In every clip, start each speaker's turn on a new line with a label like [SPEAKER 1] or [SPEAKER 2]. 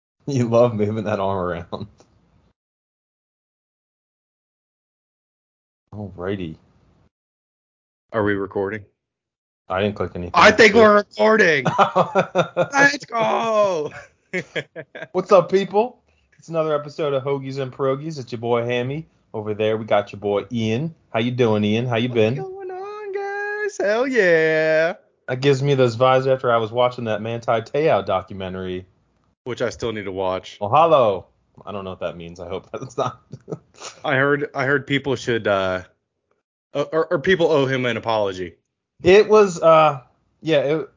[SPEAKER 1] You love moving that arm around. Alrighty.
[SPEAKER 2] Are we recording?
[SPEAKER 1] I didn't click anything.
[SPEAKER 2] I think we're recording.
[SPEAKER 1] we're.
[SPEAKER 2] Let's go.
[SPEAKER 1] What's up, people? It's another episode of Hoagies and Pierogies. It's your boy Hammy over there. We got your boy Ian. How you doing, Ian? How you
[SPEAKER 2] What's
[SPEAKER 1] been?
[SPEAKER 2] going on, guys? Hell yeah.
[SPEAKER 1] That gives me those vibes after I was watching that Manti Te'o documentary.
[SPEAKER 2] Which I still need to watch.
[SPEAKER 1] Well, hello. I don't know what that means. I hope that's not.
[SPEAKER 2] I heard I heard people should uh or, or people owe him an apology.
[SPEAKER 1] It was uh yeah, it,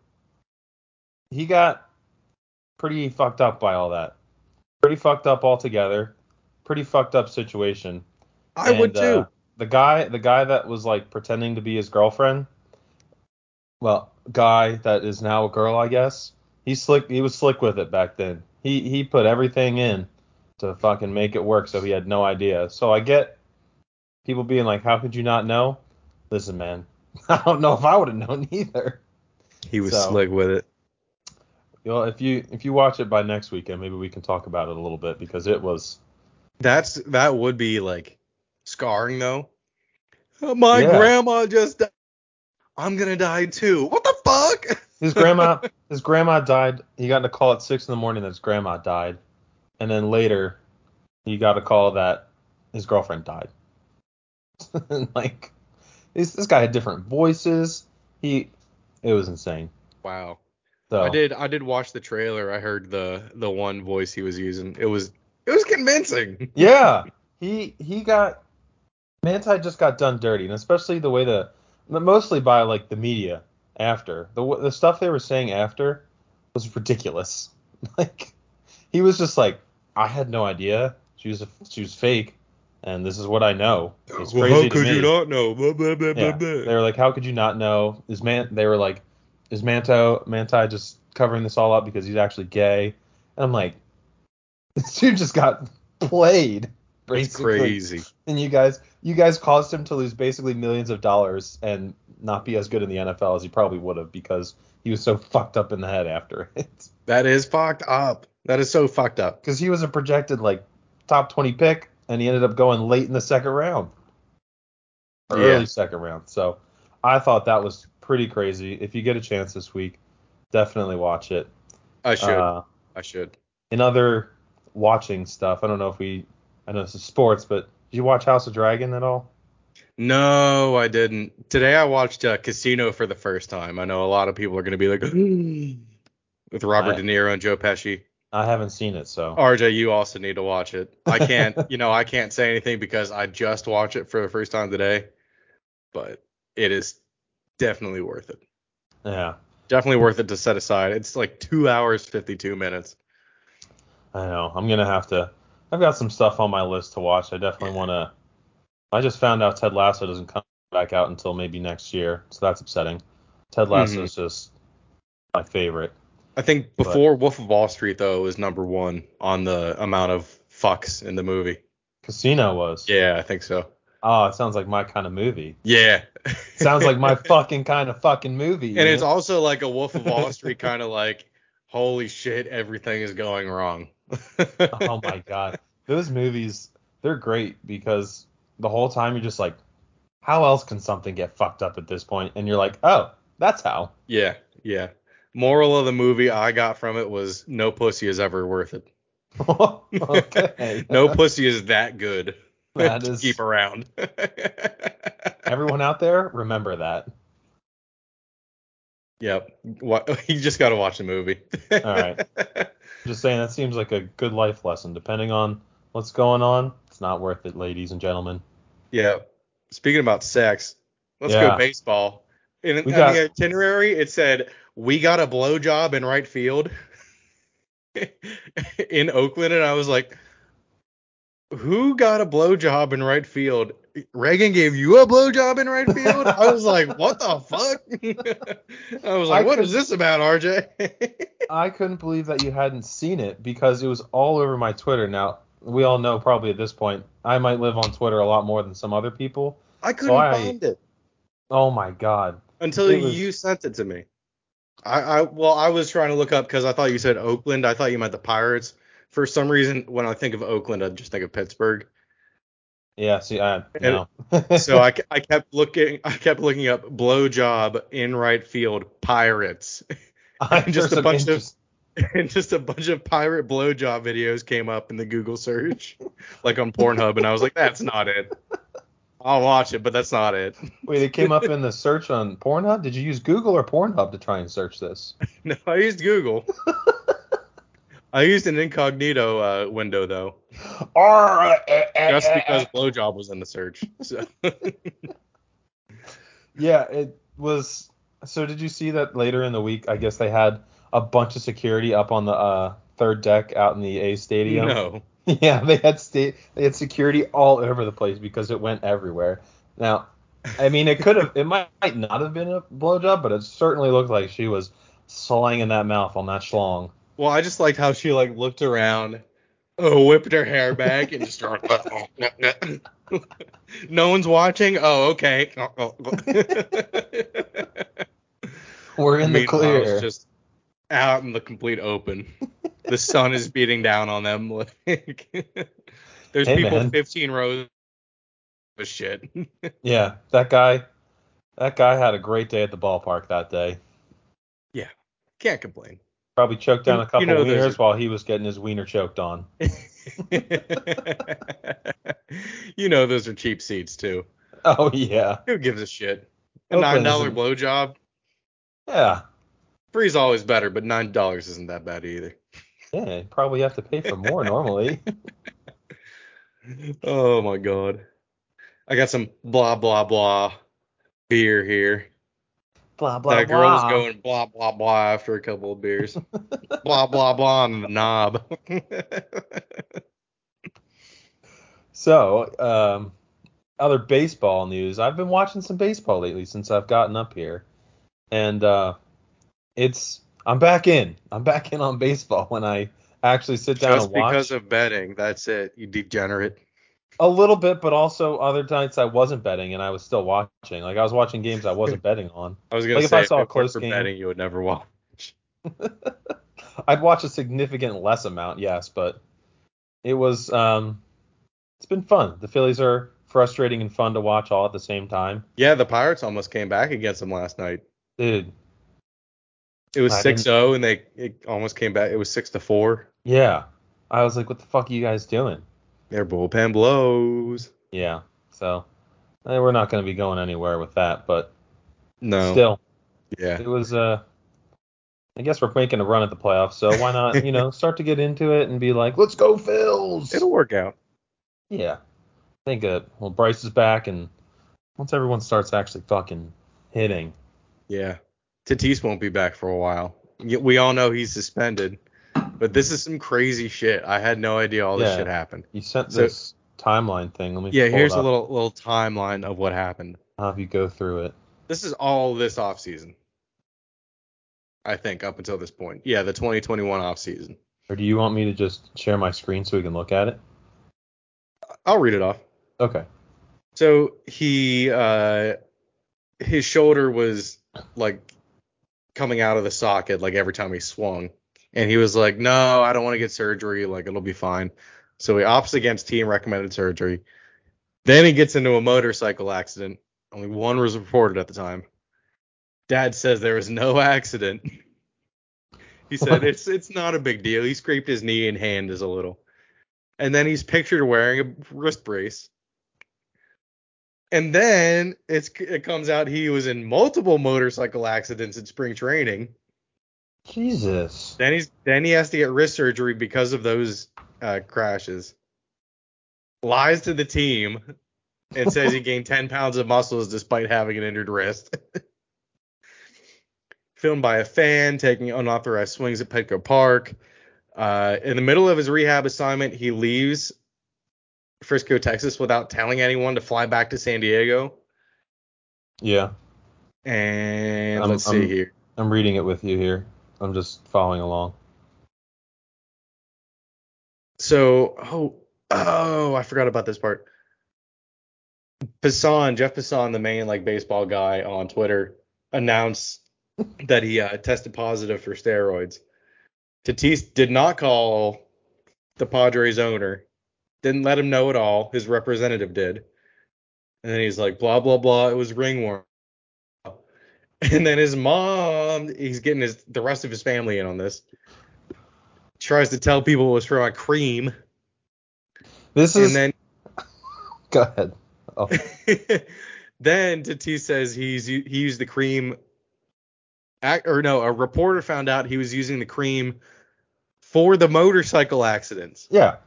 [SPEAKER 1] he got pretty fucked up by all that. Pretty fucked up altogether. Pretty fucked up situation.
[SPEAKER 2] I
[SPEAKER 1] And,
[SPEAKER 2] would too.
[SPEAKER 1] uh, the guy the guy that was like pretending to be his girlfriend. Well, guy that is now a girl, I guess. He slick he was slick with it back then. He he put everything in to fucking make it work so he had no idea. So I get people being like, How could you not know? Listen, man, I don't know if I would have known either.
[SPEAKER 2] he was
[SPEAKER 1] so-
[SPEAKER 2] slick with it.
[SPEAKER 1] You know, if you if you watch it by next weekend, maybe we can talk about it a little bit because it was
[SPEAKER 2] That's that would be like scarring though. Uh, My
[SPEAKER 1] Yeah.
[SPEAKER 2] grandma just died. I'm gonna die too. What the fuck?
[SPEAKER 1] his grandma his grandma died. He got a call at six in the morning that his grandma died, and then later he got a call that his girlfriend died. like this this guy had different voices. He it was insane.
[SPEAKER 2] Wow.
[SPEAKER 1] So
[SPEAKER 2] I did. I did watch the trailer. I heard the the one voice he was using. It was it was convincing.
[SPEAKER 1] Yeah, he he got Manti just got done dirty, and especially the way the mostly by like the media after the w- the stuff they were saying after was ridiculous. Like he was just like, I had no idea she was a, she was fake, and this is what I know. It's crazy to me.
[SPEAKER 2] not know?
[SPEAKER 1] Yeah. They were like, how could you not know? Is man? They were like, is Manto Manti just covering this all up because he's actually gay? And I'm like, this dude just got played.
[SPEAKER 2] It's
[SPEAKER 1] basically.
[SPEAKER 2] crazy.
[SPEAKER 1] And you guys, you guys caused him to lose basically millions of dollars and not be as good in the NFL as he probably would have because he was so fucked up in the head after it.
[SPEAKER 2] That is fucked up. That is so fucked up.
[SPEAKER 1] Because he was a projected like top 20 pick and he ended up going late in the second round. or
[SPEAKER 2] Yeah.
[SPEAKER 1] early second round. So I thought that was pretty crazy. If you get a chance this week, definitely watch it.
[SPEAKER 2] I should.
[SPEAKER 1] Uh,
[SPEAKER 2] I should.
[SPEAKER 1] in other watching stuff, I don't know if we, I know this is sports, but did you watch House of Dragon at all?
[SPEAKER 2] No, I didn't. Today I watched uh, Casino for the first time. I know a lot of people are gonna be like with Robert
[SPEAKER 1] I-
[SPEAKER 2] De Niro and Joe Pesci.
[SPEAKER 1] I haven't seen it, so
[SPEAKER 2] RJ, you also need to watch it. I can't, you know, I can't say anything because I just watched it for the first time today, but it is definitely worth it.
[SPEAKER 1] yeah,
[SPEAKER 2] Definitely worth it to set aside. It's like two hours fifty-two minutes.
[SPEAKER 1] I know. I'm gonna have to. I've got some stuff on my list to watch. I definitely
[SPEAKER 2] Yeah.
[SPEAKER 1] want to. I just found out Ted Lasso doesn't come back out until maybe next year, so that's upsetting. Ted
[SPEAKER 2] Mm-hmm.
[SPEAKER 1] Lasso is just my favorite.
[SPEAKER 2] I think before Wolf of Wall Street though was number one on the amount of fucks in the movie.
[SPEAKER 1] Casino was.
[SPEAKER 2] Yeah, I think so.
[SPEAKER 1] Oh, it sounds like my kind of movie.
[SPEAKER 2] Yeah.
[SPEAKER 1] Sounds like my fucking kind of fucking movie.
[SPEAKER 2] And it's
[SPEAKER 1] man.
[SPEAKER 2] also like a Wolf of Wall Street kind of like, holy shit, everything is going wrong.
[SPEAKER 1] oh my god, those movies they're great because the whole time you're just like, how else can something get fucked up at this point? And you're like, oh, that's how.
[SPEAKER 2] Yeah, yeah. Moral of the movie I got from it was no pussy is ever worth it.
[SPEAKER 1] okay.
[SPEAKER 2] no pussy is that good
[SPEAKER 1] That
[SPEAKER 2] to
[SPEAKER 1] is-
[SPEAKER 2] keep around.
[SPEAKER 1] Everyone out there, remember that.
[SPEAKER 2] yep. Wa- You just got to watch the movie.
[SPEAKER 1] All right. Just saying, that seems like a good life lesson. Depending on what's going on, it's not worth it, ladies and gentlemen.
[SPEAKER 2] Yeah. Speaking about sex, let's
[SPEAKER 1] Yeah.
[SPEAKER 2] go baseball. In, on
[SPEAKER 1] We got-
[SPEAKER 2] the itinerary, it said we got a blowjob in right field in Oakland, and I was like, "Who got a blowjob in right field?" Reagan gave you a blowjob in right field. I was like, "What the fuck?" I was like,
[SPEAKER 1] I
[SPEAKER 2] "What is
[SPEAKER 1] couldn't-
[SPEAKER 2] this about, RJ?"
[SPEAKER 1] I couldn't believe that you hadn't seen it because it was all over my Twitter. Now, we all know probably at this point, I might live on Twitter a lot more than some other people.
[SPEAKER 2] I couldn't
[SPEAKER 1] Why?
[SPEAKER 2] find it.
[SPEAKER 1] Oh my god.
[SPEAKER 2] until
[SPEAKER 1] It was-
[SPEAKER 2] you sent it to me. I, I well, I was trying to look up because I thought you said Oakland. I thought you meant the Pirates, for some reason, when I think of Oakland, I just think of Pittsburgh.
[SPEAKER 1] Yeah, see, I no.
[SPEAKER 2] So I, ke- I kept looking I kept looking up blow job in right field Pirates,
[SPEAKER 1] I'm
[SPEAKER 2] just a
[SPEAKER 1] some
[SPEAKER 2] bunch of-
[SPEAKER 1] interest-
[SPEAKER 2] and just a bunch of pirate blow job videos came up in the Google search, like on Pornhub, and I was like, that's not it. I'll watch it, but that's not it.
[SPEAKER 1] Wait, it came up in the search on Pornhub. Did you use Google or Pornhub to try and search this?
[SPEAKER 2] No, I used Google. I used an incognito uh, window though, just
[SPEAKER 1] Eh,
[SPEAKER 2] because blowjob was in the search. So.
[SPEAKER 1] Yeah, it was. So did you see that later in the week? I guess they had a bunch of security up on the uh, third deck out in the A stadium.
[SPEAKER 2] No.
[SPEAKER 1] Yeah, they had state they had security all over the place because it went everywhere. Now, I mean, it could have it might, might not have been a blowjob, but it certainly looked like she was slanging that mouth on that schlong.
[SPEAKER 2] Well, I just liked how she like looked around, oh, whipped her hair back, and just started. oh, no one's watching. Oh, okay.
[SPEAKER 1] We're in the
[SPEAKER 2] Meanwhile, it's
[SPEAKER 1] clear.
[SPEAKER 2] Just out in the complete open. The sun is beating down on them. Like there's
[SPEAKER 1] Hey,
[SPEAKER 2] people
[SPEAKER 1] man.
[SPEAKER 2] 15 rows of shit.
[SPEAKER 1] Yeah, that guy that guy had a great day at the ballpark that day.
[SPEAKER 2] Can't complain.
[SPEAKER 1] Probably choked down
[SPEAKER 2] You-
[SPEAKER 1] a
[SPEAKER 2] you
[SPEAKER 1] couple
[SPEAKER 2] know there's
[SPEAKER 1] wieners
[SPEAKER 2] a-
[SPEAKER 1] while he was getting his wiener choked on.
[SPEAKER 2] you know those are cheap seats too.
[SPEAKER 1] Oh yeah.
[SPEAKER 2] Who gives a shit? A nine
[SPEAKER 1] Oakland
[SPEAKER 2] dollar
[SPEAKER 1] isn't-
[SPEAKER 2] blowjob.
[SPEAKER 1] Yeah.
[SPEAKER 2] Three's always better, but nine dollars isn't that bad either.
[SPEAKER 1] Yeah, you probably have to pay for more normally.
[SPEAKER 2] Oh my god. I got some blah blah blah beer here.
[SPEAKER 1] Blah blah
[SPEAKER 2] that girl
[SPEAKER 1] blah.
[SPEAKER 2] was going blah blah blah after a couple of beers. blah blah blah on the knob.
[SPEAKER 1] So, um, other baseball news. I've been watching some baseball lately since I've gotten up here, and uh, it's I'm back in. I'm back in on baseball when I actually sit down
[SPEAKER 2] Just
[SPEAKER 1] and watch
[SPEAKER 2] because of betting, that's it. You degenerate.
[SPEAKER 1] a little bit, but also other nights I wasn't betting and I was still watching. Like I was watching games I wasn't betting on.
[SPEAKER 2] I was gonna
[SPEAKER 1] Like, if
[SPEAKER 2] say
[SPEAKER 1] I saw a
[SPEAKER 2] weren't
[SPEAKER 1] close
[SPEAKER 2] for
[SPEAKER 1] game-
[SPEAKER 2] betting, you would never walk.
[SPEAKER 1] I'd watch a significant less amount, yes, but it was um, it's been fun. The Phillies are frustrating and fun to watch all at the same time,
[SPEAKER 2] Yeah, the Pirates almost came back against them last night.
[SPEAKER 1] dude.
[SPEAKER 2] It was
[SPEAKER 1] I didn't-
[SPEAKER 2] 6-0 and they it almost came back. It was 6 to 4.
[SPEAKER 1] Yeah, I was like, what the fuck are you guys doing?
[SPEAKER 2] Their bullpen blows.
[SPEAKER 1] Yeah. So eh, we're not going to be going anywhere with that, but
[SPEAKER 2] No.
[SPEAKER 1] still,
[SPEAKER 2] Yeah.
[SPEAKER 1] it was. Uh, I guess we're making a run at the playoffs, so why not, you know, start to get into it and be like, let's go, Phils.
[SPEAKER 2] It'll work out.
[SPEAKER 1] Yeah. I think uh, well, Bryce is back, and once everyone starts actually fucking hitting,
[SPEAKER 2] Yeah. Tatis won't be back for a while. Y- We all know he's suspended, but this is some crazy shit. I had no idea all this
[SPEAKER 1] Yeah.
[SPEAKER 2] shit happened.
[SPEAKER 1] you sent
[SPEAKER 2] So-
[SPEAKER 1] this timeline thing. Let me
[SPEAKER 2] Yeah,
[SPEAKER 1] pull it
[SPEAKER 2] here's a
[SPEAKER 1] up.
[SPEAKER 2] little little timeline of what happened.
[SPEAKER 1] I'll have you go through it.
[SPEAKER 2] This is all this offseason. I think up until this point. Yeah, the 2021 offseason.
[SPEAKER 1] Or do you want me to just share my screen so we can look at it?
[SPEAKER 2] I'll read it off.
[SPEAKER 1] Okay.
[SPEAKER 2] So he uh his shoulder was like coming out of the socket like every time he swung. And he was like, No, I don't want to get surgery, like it'll be fine. So he opts against team recommended surgery. Then he gets into a motorcycle accident. Only one was reported at the time. Dad says there was no accident. He said it's it's not a big deal. He scraped his knee and hand is a little. And then he's pictured wearing a wrist brace. And then it's it comes out he was in multiple motorcycle accidents in spring training.
[SPEAKER 1] Jesus.
[SPEAKER 2] Then he's then he has to get wrist surgery because of those uh, crashes. Lies to the team and says he gained 10 pounds of muscles despite having an injured wrist. Filmed by a fan taking unauthorized swings at Petco Park. Uh, in the middle of his rehab assignment, he leaves Frisco, Texas, without telling anyone to fly back to San Diego.
[SPEAKER 1] Yeah.
[SPEAKER 2] And
[SPEAKER 1] I'm-
[SPEAKER 2] let's see
[SPEAKER 1] I'm-
[SPEAKER 2] here.
[SPEAKER 1] I'm reading it with you here. I'm just following along.
[SPEAKER 2] So, oh, oh, I forgot about this part. Passan, Jeff Passan, the main like baseball guy on Twitter, announced that he uh, tested positive for steroids. Tatis did not call the Padres owner. Didn't let him know at all. His representative did. And then he's like, blah, blah, blah. It was ringworm. And then his mom, he's getting his the rest of his family in on this. Tries to tell people it was from a cream.
[SPEAKER 1] This is
[SPEAKER 2] And then
[SPEAKER 1] go ahead. Oh,
[SPEAKER 2] then Tatis says he's u- he used the cream, ac- or no, a reporter found out he was using the cream for the motorcycle accidents.
[SPEAKER 1] yeah.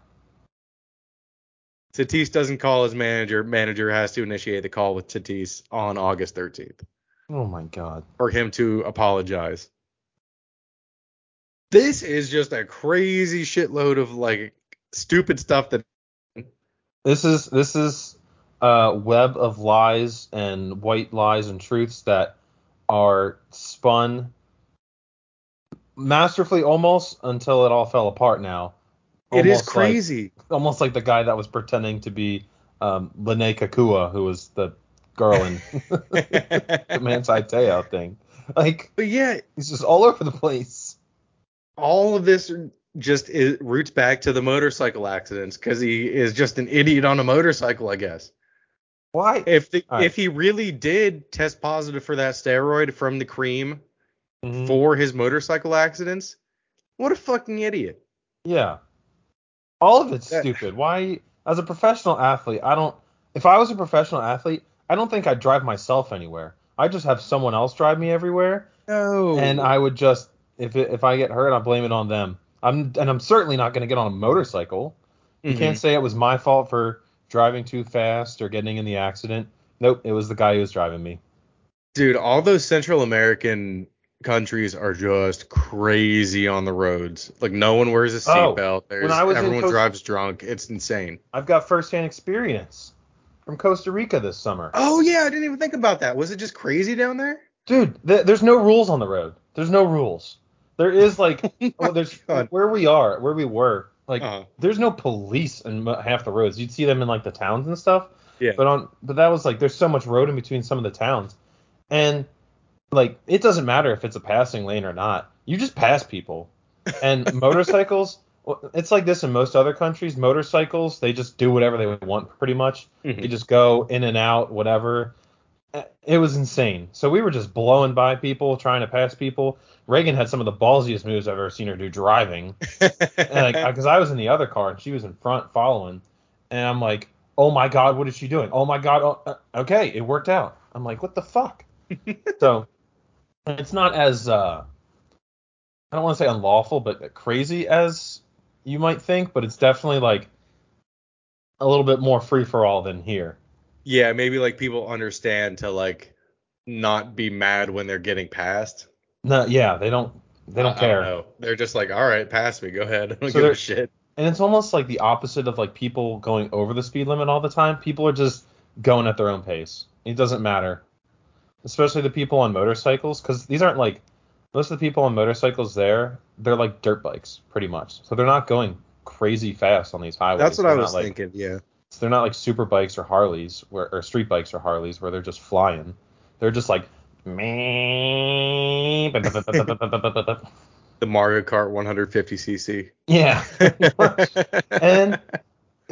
[SPEAKER 2] Tatis doesn't call his manager. Manager has to initiate the call with Tatis on August 13th
[SPEAKER 1] Oh my god.
[SPEAKER 2] for him to apologize. This is just a crazy shitload of like stupid stuff that
[SPEAKER 1] This is this is a web of lies and white lies and truths that are spun masterfully almost until it all fell apart now.
[SPEAKER 2] it is
[SPEAKER 1] Almost like-
[SPEAKER 2] crazy.
[SPEAKER 1] almost like the guy that was pretending to be um, Lene Kakua, who was the girl in the Man's Teo thing. Like
[SPEAKER 2] but yeah,
[SPEAKER 1] he's just all over the place.
[SPEAKER 2] all of this just is, roots back to the motorcycle accidents because he is just an idiot on a motorcycle, I guess.
[SPEAKER 1] Why?
[SPEAKER 2] If the,
[SPEAKER 1] All right.
[SPEAKER 2] if he really did test positive for that steroid from the cream
[SPEAKER 1] Mhm.
[SPEAKER 2] for his motorcycle accidents, what a fucking idiot.
[SPEAKER 1] Yeah. All of it's
[SPEAKER 2] That-
[SPEAKER 1] stupid. Why as a professional athlete, I don't if I was a professional athlete, I don't think I'd drive myself anywhere. I just have someone else drive me everywhere
[SPEAKER 2] No.
[SPEAKER 1] and uh, I would just if it, if I get hurt, I blame it on them. I'm and I'm certainly not going to get on a motorcycle.
[SPEAKER 2] Mm-hmm.
[SPEAKER 1] You can't say it was my fault for driving too fast or getting in the accident. Nope, it was the guy who was driving me.
[SPEAKER 2] Dude, all those Central American countries are just crazy on the roads. Like no one wears a
[SPEAKER 1] Oh,
[SPEAKER 2] seatbelt. There's
[SPEAKER 1] I was in
[SPEAKER 2] everyone
[SPEAKER 1] Costa-
[SPEAKER 2] drives drunk. It's insane.
[SPEAKER 1] I've got firsthand experience from Costa Rica this summer.
[SPEAKER 2] Oh yeah, I didn't even think about that. Was it just crazy down there?
[SPEAKER 1] Dude, th- there's no rules on the road. There's no rules. There is like, well, there's
[SPEAKER 2] Oh God.
[SPEAKER 1] where we are, where we were. Like,
[SPEAKER 2] Uh-huh.
[SPEAKER 1] there's no police in mo- half the roads. You'd see them in like the towns and stuff.
[SPEAKER 2] Yeah.
[SPEAKER 1] But on, but that was like, there's so much road in between some of the towns, and like, it doesn't matter if it's a passing lane or not. You just pass people. And motorcycles, well, it's like this in most other countries. Motorcycles, they just do whatever they want, pretty much. You
[SPEAKER 2] Mhm.
[SPEAKER 1] just go in and out, whatever. It was insane. So we were just blowing by people, trying to pass people. Reagan had some of the ballsiest moves I've ever seen her do driving. Because uh, I was in the other car and she was in front following. And I'm like, oh my God, what is she doing? Oh my God. Oh, uh, okay, it worked out. I'm like, what the fuck? so it's not as, uh, I don't want to say unlawful, but crazy as you might think, but it's definitely like a little bit more free for all than here.
[SPEAKER 2] Yeah, maybe like people understand to like not be mad when they're getting passed.
[SPEAKER 1] No, yeah, they don't. They don't
[SPEAKER 2] I- I
[SPEAKER 1] care.
[SPEAKER 2] know. They're just like, all right, pass me. Go ahead. I don't
[SPEAKER 1] So
[SPEAKER 2] give
[SPEAKER 1] they're-
[SPEAKER 2] a shit.
[SPEAKER 1] and it's almost like the opposite of like people going over the speed limit all the time. People are just going at their own pace. It doesn't matter. Especially the people on motorcycles, because these aren't like most of the people on motorcycles there. They're like dirt bikes, pretty much. So they're not going crazy fast on these highways.
[SPEAKER 2] That's what
[SPEAKER 1] They're
[SPEAKER 2] I
[SPEAKER 1] not,
[SPEAKER 2] was
[SPEAKER 1] like,
[SPEAKER 2] thinking. Yeah.
[SPEAKER 1] So they're not like super bikes or Harleys where, or street bikes or Harleys where they're just flying. They're just like "Meep, ba- ba- ba- ba- ba- ba- ba- ba- ba."
[SPEAKER 2] The Mario Kart 150cc.
[SPEAKER 1] yeah. And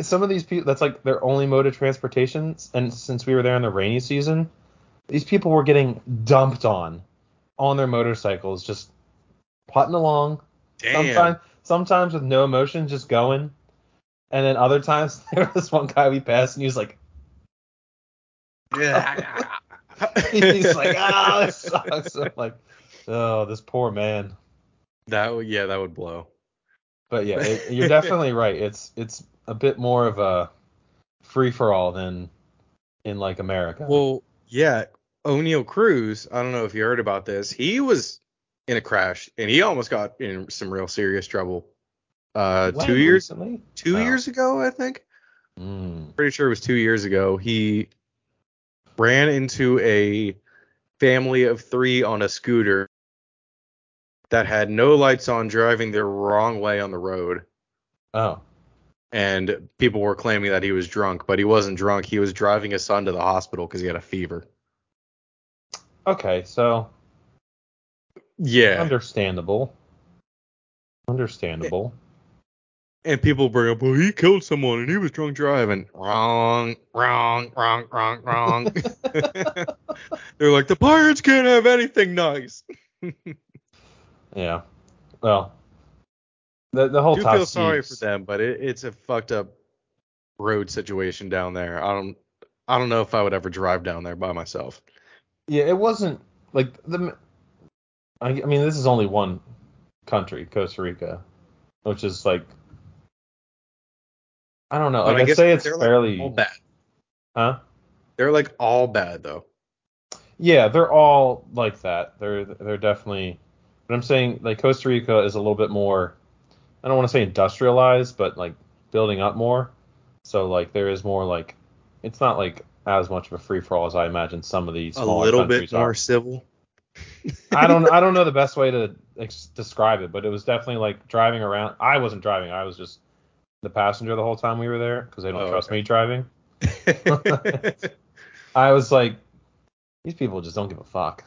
[SPEAKER 1] some of these people that's like their only mode of transportation and since we were there in the rainy season, these people were getting dumped on on their motorcycles just putting along
[SPEAKER 2] Damn.
[SPEAKER 1] sometimes sometimes with no emotion just going and then other times there was one guy we passed and he was like he's like, oh, this sucks. I'm like, oh, this poor man.
[SPEAKER 2] That would- yeah, that would blow.
[SPEAKER 1] But yeah, it, you're definitely right. It's it's a bit more of a free for all than in like America.
[SPEAKER 2] Well, yeah, O'Neill Cruz. I don't know if you heard about this. He was in a crash and he almost got in some real serious trouble. Uh,
[SPEAKER 1] When
[SPEAKER 2] two years,
[SPEAKER 1] recently.
[SPEAKER 2] two
[SPEAKER 1] Oh.
[SPEAKER 2] years ago, I think.
[SPEAKER 1] Mm.
[SPEAKER 2] Pretty sure it was two years ago. He ran into a family of three on a scooter that had no lights on, driving the wrong way on the road.
[SPEAKER 1] Oh,
[SPEAKER 2] And people were claiming that he was drunk, but he wasn't drunk. He was driving his son to the hospital because he had a fever.
[SPEAKER 1] okay. So
[SPEAKER 2] Yeah.
[SPEAKER 1] understandable. Understandable.
[SPEAKER 2] and people bring up, well, he killed someone and he was drunk driving. Wrong, wrong, wrong, wrong, wrong. They're like, the pirates can't have anything nice.
[SPEAKER 1] Yeah. Well, the the whole
[SPEAKER 2] do
[SPEAKER 1] top
[SPEAKER 2] feel sorry for
[SPEAKER 1] seeds-
[SPEAKER 2] them, but it, it's a fucked up road situation down there. I don't, I don't know if I would ever drive down there by myself.
[SPEAKER 1] Yeah, it wasn't like the. I, I mean, this is only one country, Costa Rica, which is like. I don't know.
[SPEAKER 2] But
[SPEAKER 1] Like
[SPEAKER 2] I
[SPEAKER 1] I,
[SPEAKER 2] guess
[SPEAKER 1] say, it's
[SPEAKER 2] they're, like,
[SPEAKER 1] fairly.
[SPEAKER 2] All bad.
[SPEAKER 1] huh?
[SPEAKER 2] They're like all bad though.
[SPEAKER 1] Yeah, they're all like that. They're they're definitely. But I'm saying like Costa Rica is a little bit more. I don't want to say industrialized, but like building up more. So like there is more like, it's not like as much of a free for all as I imagine some of these.
[SPEAKER 2] A
[SPEAKER 1] smaller
[SPEAKER 2] little bit
[SPEAKER 1] countries
[SPEAKER 2] more
[SPEAKER 1] are.
[SPEAKER 2] civil.
[SPEAKER 1] I don't I don't know the best way to ex- describe it, but it was definitely like driving around. I wasn't driving. I was just the passenger the whole time we were there because they don't
[SPEAKER 2] Oh,
[SPEAKER 1] trust
[SPEAKER 2] okay.
[SPEAKER 1] me driving. I was like, these people just don't give a fuck.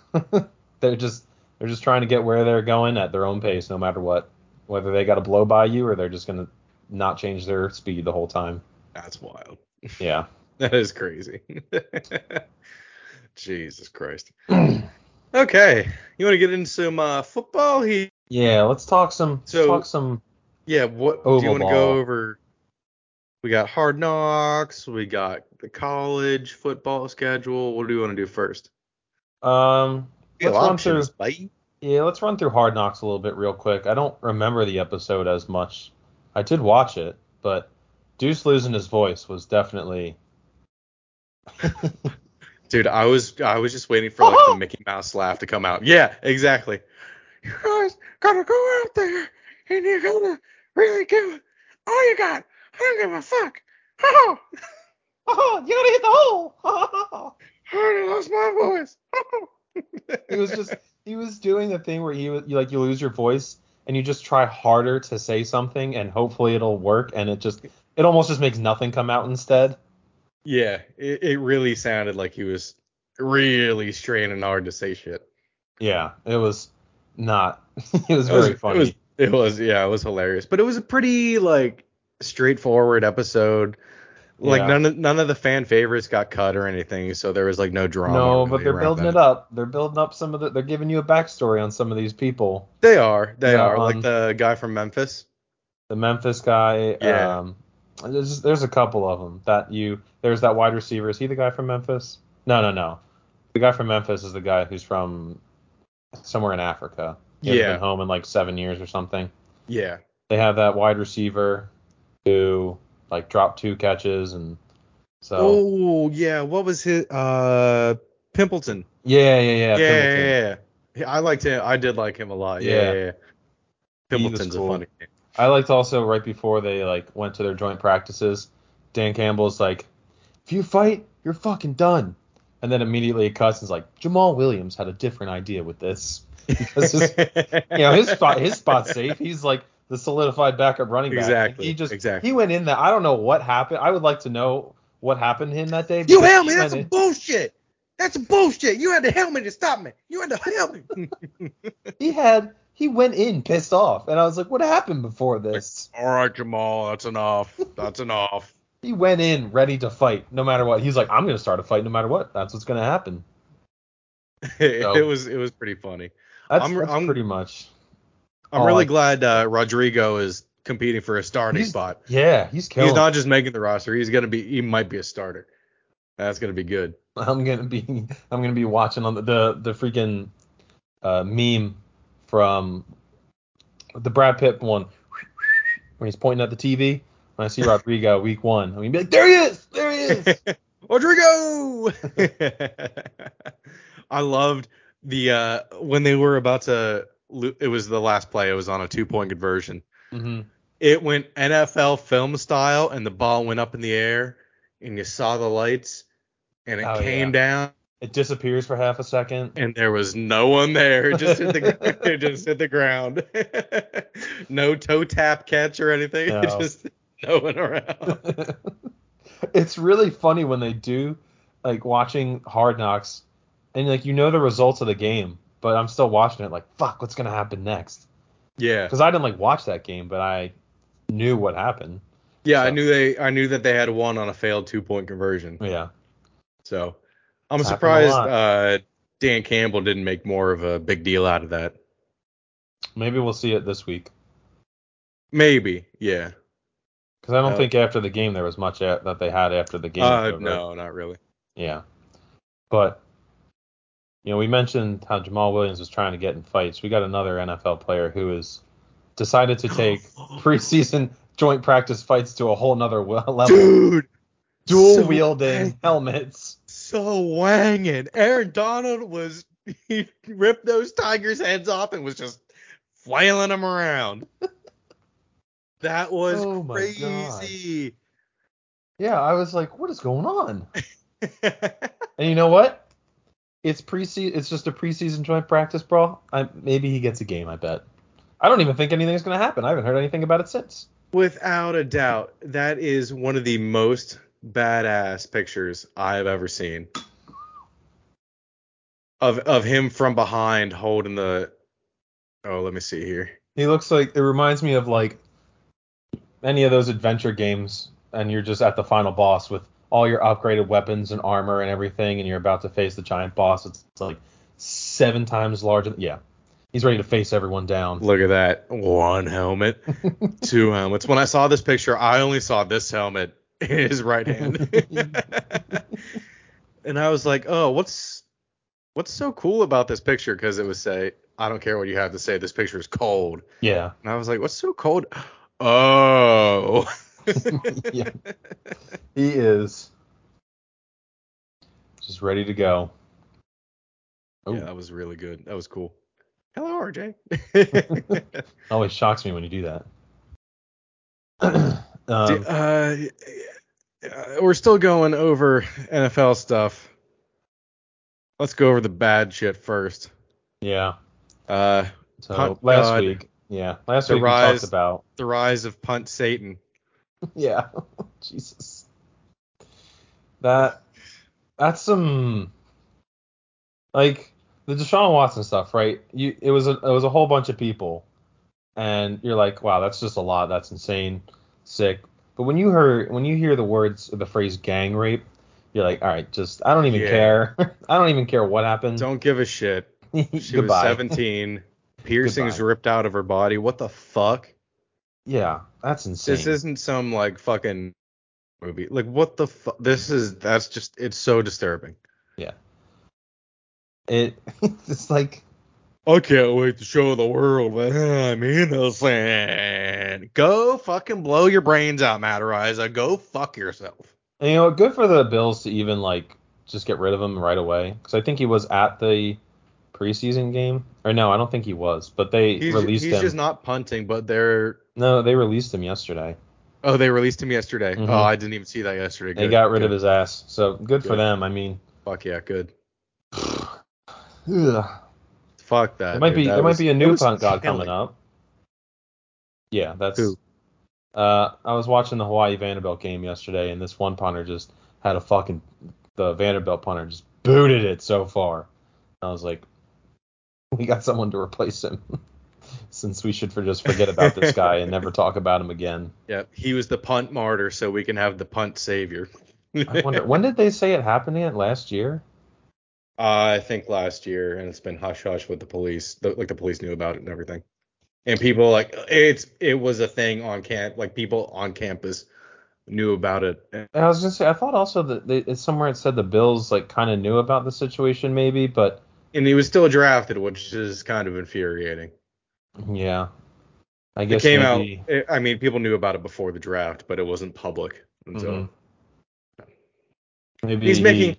[SPEAKER 1] they're just they're just trying to get where they're going at their own pace, no matter what. Whether they got to blow by you or they're just gonna not change their speed the whole time.
[SPEAKER 2] That's wild.
[SPEAKER 1] Yeah.
[SPEAKER 2] That is crazy. Jesus Christ. okay, you want to get into some uh, football? He,
[SPEAKER 1] Yeah. Let's talk some.
[SPEAKER 2] So-
[SPEAKER 1] let's talk some.
[SPEAKER 2] yeah. What do you
[SPEAKER 1] Oval
[SPEAKER 2] want to
[SPEAKER 1] ball.
[SPEAKER 2] go over? We got hard knocks. We got the college football schedule. What do you want to do first?
[SPEAKER 1] Um.
[SPEAKER 2] Real
[SPEAKER 1] let's run
[SPEAKER 2] options, bye.
[SPEAKER 1] Yeah, let's run through Hard Knocks a little bit real quick. I don't remember the episode as much. I did watch it, but Deuce losing his voice was definitely.
[SPEAKER 2] Dude, I was I was just waiting for like the Mickey Mouse laugh to come out. Yeah, exactly. You guys gotta go out there and you gotta really give it all you got. I don't give a fuck. Oh,
[SPEAKER 1] Oh, you gotta hit the hole!
[SPEAKER 2] I already lost my voice.
[SPEAKER 1] he was just he was doing the thing where you you, like you lose your voice and you just try harder to say something and hopefully it'll work and it just it almost just makes nothing come out instead.
[SPEAKER 2] yeah, it, it really sounded like he was really straining hard to say shit.
[SPEAKER 1] Yeah, it was not. it was
[SPEAKER 2] It was-
[SPEAKER 1] very funny.
[SPEAKER 2] It was, it was yeah, it was hilarious. But it was a pretty like straightforward episode. Like
[SPEAKER 1] Yeah.
[SPEAKER 2] none of none of the fan favorites got cut or anything, so there was like no drama.
[SPEAKER 1] no, but
[SPEAKER 2] really
[SPEAKER 1] they're
[SPEAKER 2] around
[SPEAKER 1] building
[SPEAKER 2] that.
[SPEAKER 1] it up. They're building up some of the. They're giving you a backstory on some of these people.
[SPEAKER 2] They are. They
[SPEAKER 1] Yeah,
[SPEAKER 2] are. like
[SPEAKER 1] um,
[SPEAKER 2] the guy from Memphis.
[SPEAKER 1] The Memphis guy.
[SPEAKER 2] Yeah.
[SPEAKER 1] Um, there's, there's a couple of them that you. There's that wide receiver. Is he the guy from Memphis? No, no, no. The guy from Memphis is the guy who's from somewhere in Africa. He hasn't
[SPEAKER 2] Yeah.
[SPEAKER 1] Been home in like seven years or something.
[SPEAKER 2] Yeah.
[SPEAKER 1] They have that wide receiver who like dropped two catches and so.
[SPEAKER 2] Oh yeah. What was his uh Pimpleton?
[SPEAKER 1] Yeah, yeah, yeah.
[SPEAKER 2] Yeah, yeah,
[SPEAKER 1] Pimbleton.
[SPEAKER 2] yeah, yeah. I liked him. I did like him a lot. Yeah.
[SPEAKER 1] Yeah.
[SPEAKER 2] yeah, yeah.
[SPEAKER 1] He was
[SPEAKER 2] Pimpleton's
[SPEAKER 1] cool.
[SPEAKER 2] a funny name.
[SPEAKER 1] I liked also right before they like went to their joint practices, Dan Campbell's like, if you fight, you're fucking done. And then immediately it cuts and is like, Jamal Williams had a different idea with this. Because his, you know, his spot his spot's safe. He's like the solidified backup running back. And
[SPEAKER 2] Exactly,
[SPEAKER 1] He just
[SPEAKER 2] exactly.
[SPEAKER 1] he went in there. I don't know what happened. I would like to know what happened to him that day.
[SPEAKER 2] You
[SPEAKER 1] because
[SPEAKER 2] held
[SPEAKER 1] he
[SPEAKER 2] me. That's
[SPEAKER 1] went
[SPEAKER 2] some
[SPEAKER 1] in-
[SPEAKER 2] bullshit. That's some bullshit. You had to help me to stop me. You had to help me.
[SPEAKER 1] he had he went in pissed off. And I was like, What happened before this?
[SPEAKER 2] All right, Jamal. That's enough. That's enough.
[SPEAKER 1] He went in ready to fight no matter what. He's like, I'm gonna start a fight no matter what. That's what's gonna happen.
[SPEAKER 2] it was it was pretty funny.
[SPEAKER 1] That's,
[SPEAKER 2] I'm-
[SPEAKER 1] that's
[SPEAKER 2] I'm-
[SPEAKER 1] pretty much.
[SPEAKER 2] I'm
[SPEAKER 1] Oh,
[SPEAKER 2] really
[SPEAKER 1] I-
[SPEAKER 2] glad uh, Rodrigo is competing for a starting
[SPEAKER 1] He's-
[SPEAKER 2] spot.
[SPEAKER 1] Yeah, he's killing.
[SPEAKER 2] He's not just making the roster. He's gonna be. He might be a starter. That's gonna be good.
[SPEAKER 1] I'm gonna be. I'm gonna be watching on the the, the freaking uh, meme from the Brad Pitt one when he's pointing at the TV. When I see Rodrigo week one, I'm gonna be like, there he is, there he is.
[SPEAKER 2] Rodrigo. I loved the uh, when they were about to. lo- It was the last play. It was on a two point conversion.
[SPEAKER 1] hmm
[SPEAKER 2] It went NFL film style, and the ball went up in the air, and you saw the lights, and it
[SPEAKER 1] Oh,
[SPEAKER 2] came
[SPEAKER 1] yeah.
[SPEAKER 2] down,
[SPEAKER 1] It disappears for half a second.
[SPEAKER 2] and there was no one there. It just hit the gr- it just hit the ground. no toe tap catch or anything. It
[SPEAKER 1] No.
[SPEAKER 2] just no one around.
[SPEAKER 1] it's really funny when they do like watching Hard Knocks, and like you know the results of the game, but I'm still watching it like, fuck, what's gonna happen next?
[SPEAKER 2] Yeah.
[SPEAKER 1] because I didn't like watch that game, but I knew what happened.
[SPEAKER 2] Yeah, I
[SPEAKER 1] So-
[SPEAKER 2] knew they I knew that they had one on a failed two point conversion.
[SPEAKER 1] Yeah.
[SPEAKER 2] So I'm
[SPEAKER 1] It's happened a
[SPEAKER 2] surprised
[SPEAKER 1] lot.
[SPEAKER 2] uh, Dan Campbell didn't make more of a big deal out of that.
[SPEAKER 1] Maybe we'll see it this week.
[SPEAKER 2] Maybe, yeah.
[SPEAKER 1] Because I don't
[SPEAKER 2] Uh,
[SPEAKER 1] think after the game there was much a- that they had after the game. was
[SPEAKER 2] Uh,
[SPEAKER 1] over.
[SPEAKER 2] no, not really.
[SPEAKER 1] Yeah. But, you know, we mentioned how Jamal Williams was trying to get in fights. We got another NFL player who has decided to take preseason joint practice fights to a whole nother we- level.
[SPEAKER 2] Dude,
[SPEAKER 1] Dual
[SPEAKER 2] so-
[SPEAKER 1] wielding helmets.
[SPEAKER 2] so wanging. Aaron Donald was he ripped those tigers' heads off and was just flailing them around. That was
[SPEAKER 1] Oh my God.
[SPEAKER 2] crazy.
[SPEAKER 1] Yeah, I was like, what is going on? And you know what? It's preseason. It's just a preseason joint practice brawl. I, maybe he gets a game. I bet. I don't even think anything's going to happen. I haven't heard anything about it since.
[SPEAKER 2] Without a doubt, that is one of the most badass pictures I've ever seen. Of of him from behind holding the Oh, let me see here.
[SPEAKER 1] He looks like it reminds me of like any of those adventure games, and you're just at the final boss with all your upgraded weapons and armor and everything, and you're about to face the giant boss. It's, it's like seven times larger. Yeah, he's ready to face everyone down.
[SPEAKER 2] Look at that. One helmet, two helmets. When I saw this picture, I only saw this helmet in his right hand. and I was like, "Oh, what's what's so cool about this picture because it was say, I don't care what you have to say, this picture is cold."
[SPEAKER 1] Yeah,
[SPEAKER 2] And I was like, "What's so cold?" Oh.
[SPEAKER 1] yeah. he is just ready to go. Ooh.
[SPEAKER 2] Yeah, that was really good. That was cool. Hello, RJ.
[SPEAKER 1] Always shocks me when you do that. um,
[SPEAKER 2] D- uh, uh, we're still going over NFL stuff. Let's go over the bad shit first.
[SPEAKER 1] yeah.
[SPEAKER 2] Uh,
[SPEAKER 1] So
[SPEAKER 2] Punt
[SPEAKER 1] last
[SPEAKER 2] God.
[SPEAKER 1] week, yeah, last
[SPEAKER 2] The
[SPEAKER 1] week we
[SPEAKER 2] rise-
[SPEAKER 1] talked about
[SPEAKER 2] the rise of punt Satan.
[SPEAKER 1] yeah, Jesus. That that's some like the Deshaun Watson stuff, right? You it was a, it was a whole bunch of people, and you're like, wow, that's just a lot. That's insane, sick. But when you hear when you hear the words the phrase gang rape, you're like, all right, just I don't even
[SPEAKER 2] Yeah.
[SPEAKER 1] care. I don't even care what happened.
[SPEAKER 2] Don't give a shit. She was
[SPEAKER 1] Goodbye.
[SPEAKER 2] 17. Piercings
[SPEAKER 1] Goodbye.
[SPEAKER 2] ripped out of her body. What the fuck?
[SPEAKER 1] Yeah, that's insane.
[SPEAKER 2] This isn't some like fucking movie. Like what the fuck? This is that's just it's so disturbing.
[SPEAKER 1] it. It's like
[SPEAKER 2] I can't wait to show the world that I'm innocent. Go fucking blow your brains out, Matariza. Go fuck yourself.
[SPEAKER 1] And, you know, good for the Bills to even like just get rid of him right away because I think he was at the preseason game, or no, I don't think he was, but they
[SPEAKER 2] He's,
[SPEAKER 1] released
[SPEAKER 2] he's
[SPEAKER 1] him.
[SPEAKER 2] just not punting, but they're
[SPEAKER 1] no, they released him yesterday.
[SPEAKER 2] oh they released him yesterday.
[SPEAKER 1] Mhm.
[SPEAKER 2] Oh, I didn't even see that yesterday.
[SPEAKER 1] they
[SPEAKER 2] Good,
[SPEAKER 1] got rid of
[SPEAKER 2] good.
[SPEAKER 1] his ass, so good, for
[SPEAKER 2] Good.
[SPEAKER 1] them. I mean,
[SPEAKER 2] Fuck yeah, good.
[SPEAKER 1] ugh.
[SPEAKER 2] Fuck that.
[SPEAKER 1] it might
[SPEAKER 2] dude.
[SPEAKER 1] be
[SPEAKER 2] That
[SPEAKER 1] there
[SPEAKER 2] was-
[SPEAKER 1] might be a
[SPEAKER 2] that
[SPEAKER 1] new
[SPEAKER 2] was
[SPEAKER 1] punt god
[SPEAKER 2] killing.
[SPEAKER 1] coming up. Yeah, that's.
[SPEAKER 2] Who?
[SPEAKER 1] Uh, I was watching the Hawaii Vanderbilt game yesterday, and this one punter just had a fucking the Vanderbilt punter just booted it so far. I was like, we got someone to replace him, since we should for just forget about this guy and never talk about him again.
[SPEAKER 2] Yeah, he was the punt martyr, so we can have the punt savior.
[SPEAKER 1] I wonder when did they say it happened again? Last year?
[SPEAKER 2] Uh, I think last year, and it's been hush hush with the police. The, like the police knew about it and everything, and people like it's it was a thing on camp. Like people on campus knew about it.
[SPEAKER 1] And I was gonna say I thought also that they, it's somewhere it said the Bills like kind of knew about the situation maybe, but
[SPEAKER 2] And he was still drafted, which is kind of infuriating.
[SPEAKER 1] yeah, I
[SPEAKER 2] It
[SPEAKER 1] guess
[SPEAKER 2] came
[SPEAKER 1] maybe,
[SPEAKER 2] out. I mean, people knew about it before the draft, but it wasn't public until
[SPEAKER 1] Mhm. Maybe
[SPEAKER 2] he's
[SPEAKER 1] he-
[SPEAKER 2] making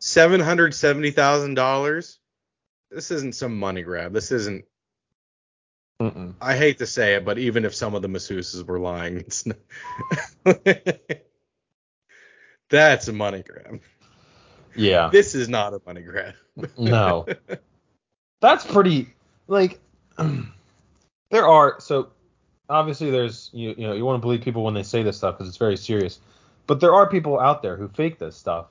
[SPEAKER 2] seven hundred seventy thousand dollars. This isn't some money grab. This isn't
[SPEAKER 1] Mm-mm.
[SPEAKER 2] I hate to say it, but even if some of the masseuses were lying, it's not... that's a money grab.
[SPEAKER 1] yeah.
[SPEAKER 2] This is not a money grab.
[SPEAKER 1] No. That's pretty like there are so obviously there's you you know you want to believe people when they say this stuff because it's very serious. But there are people out there who fake this stuff.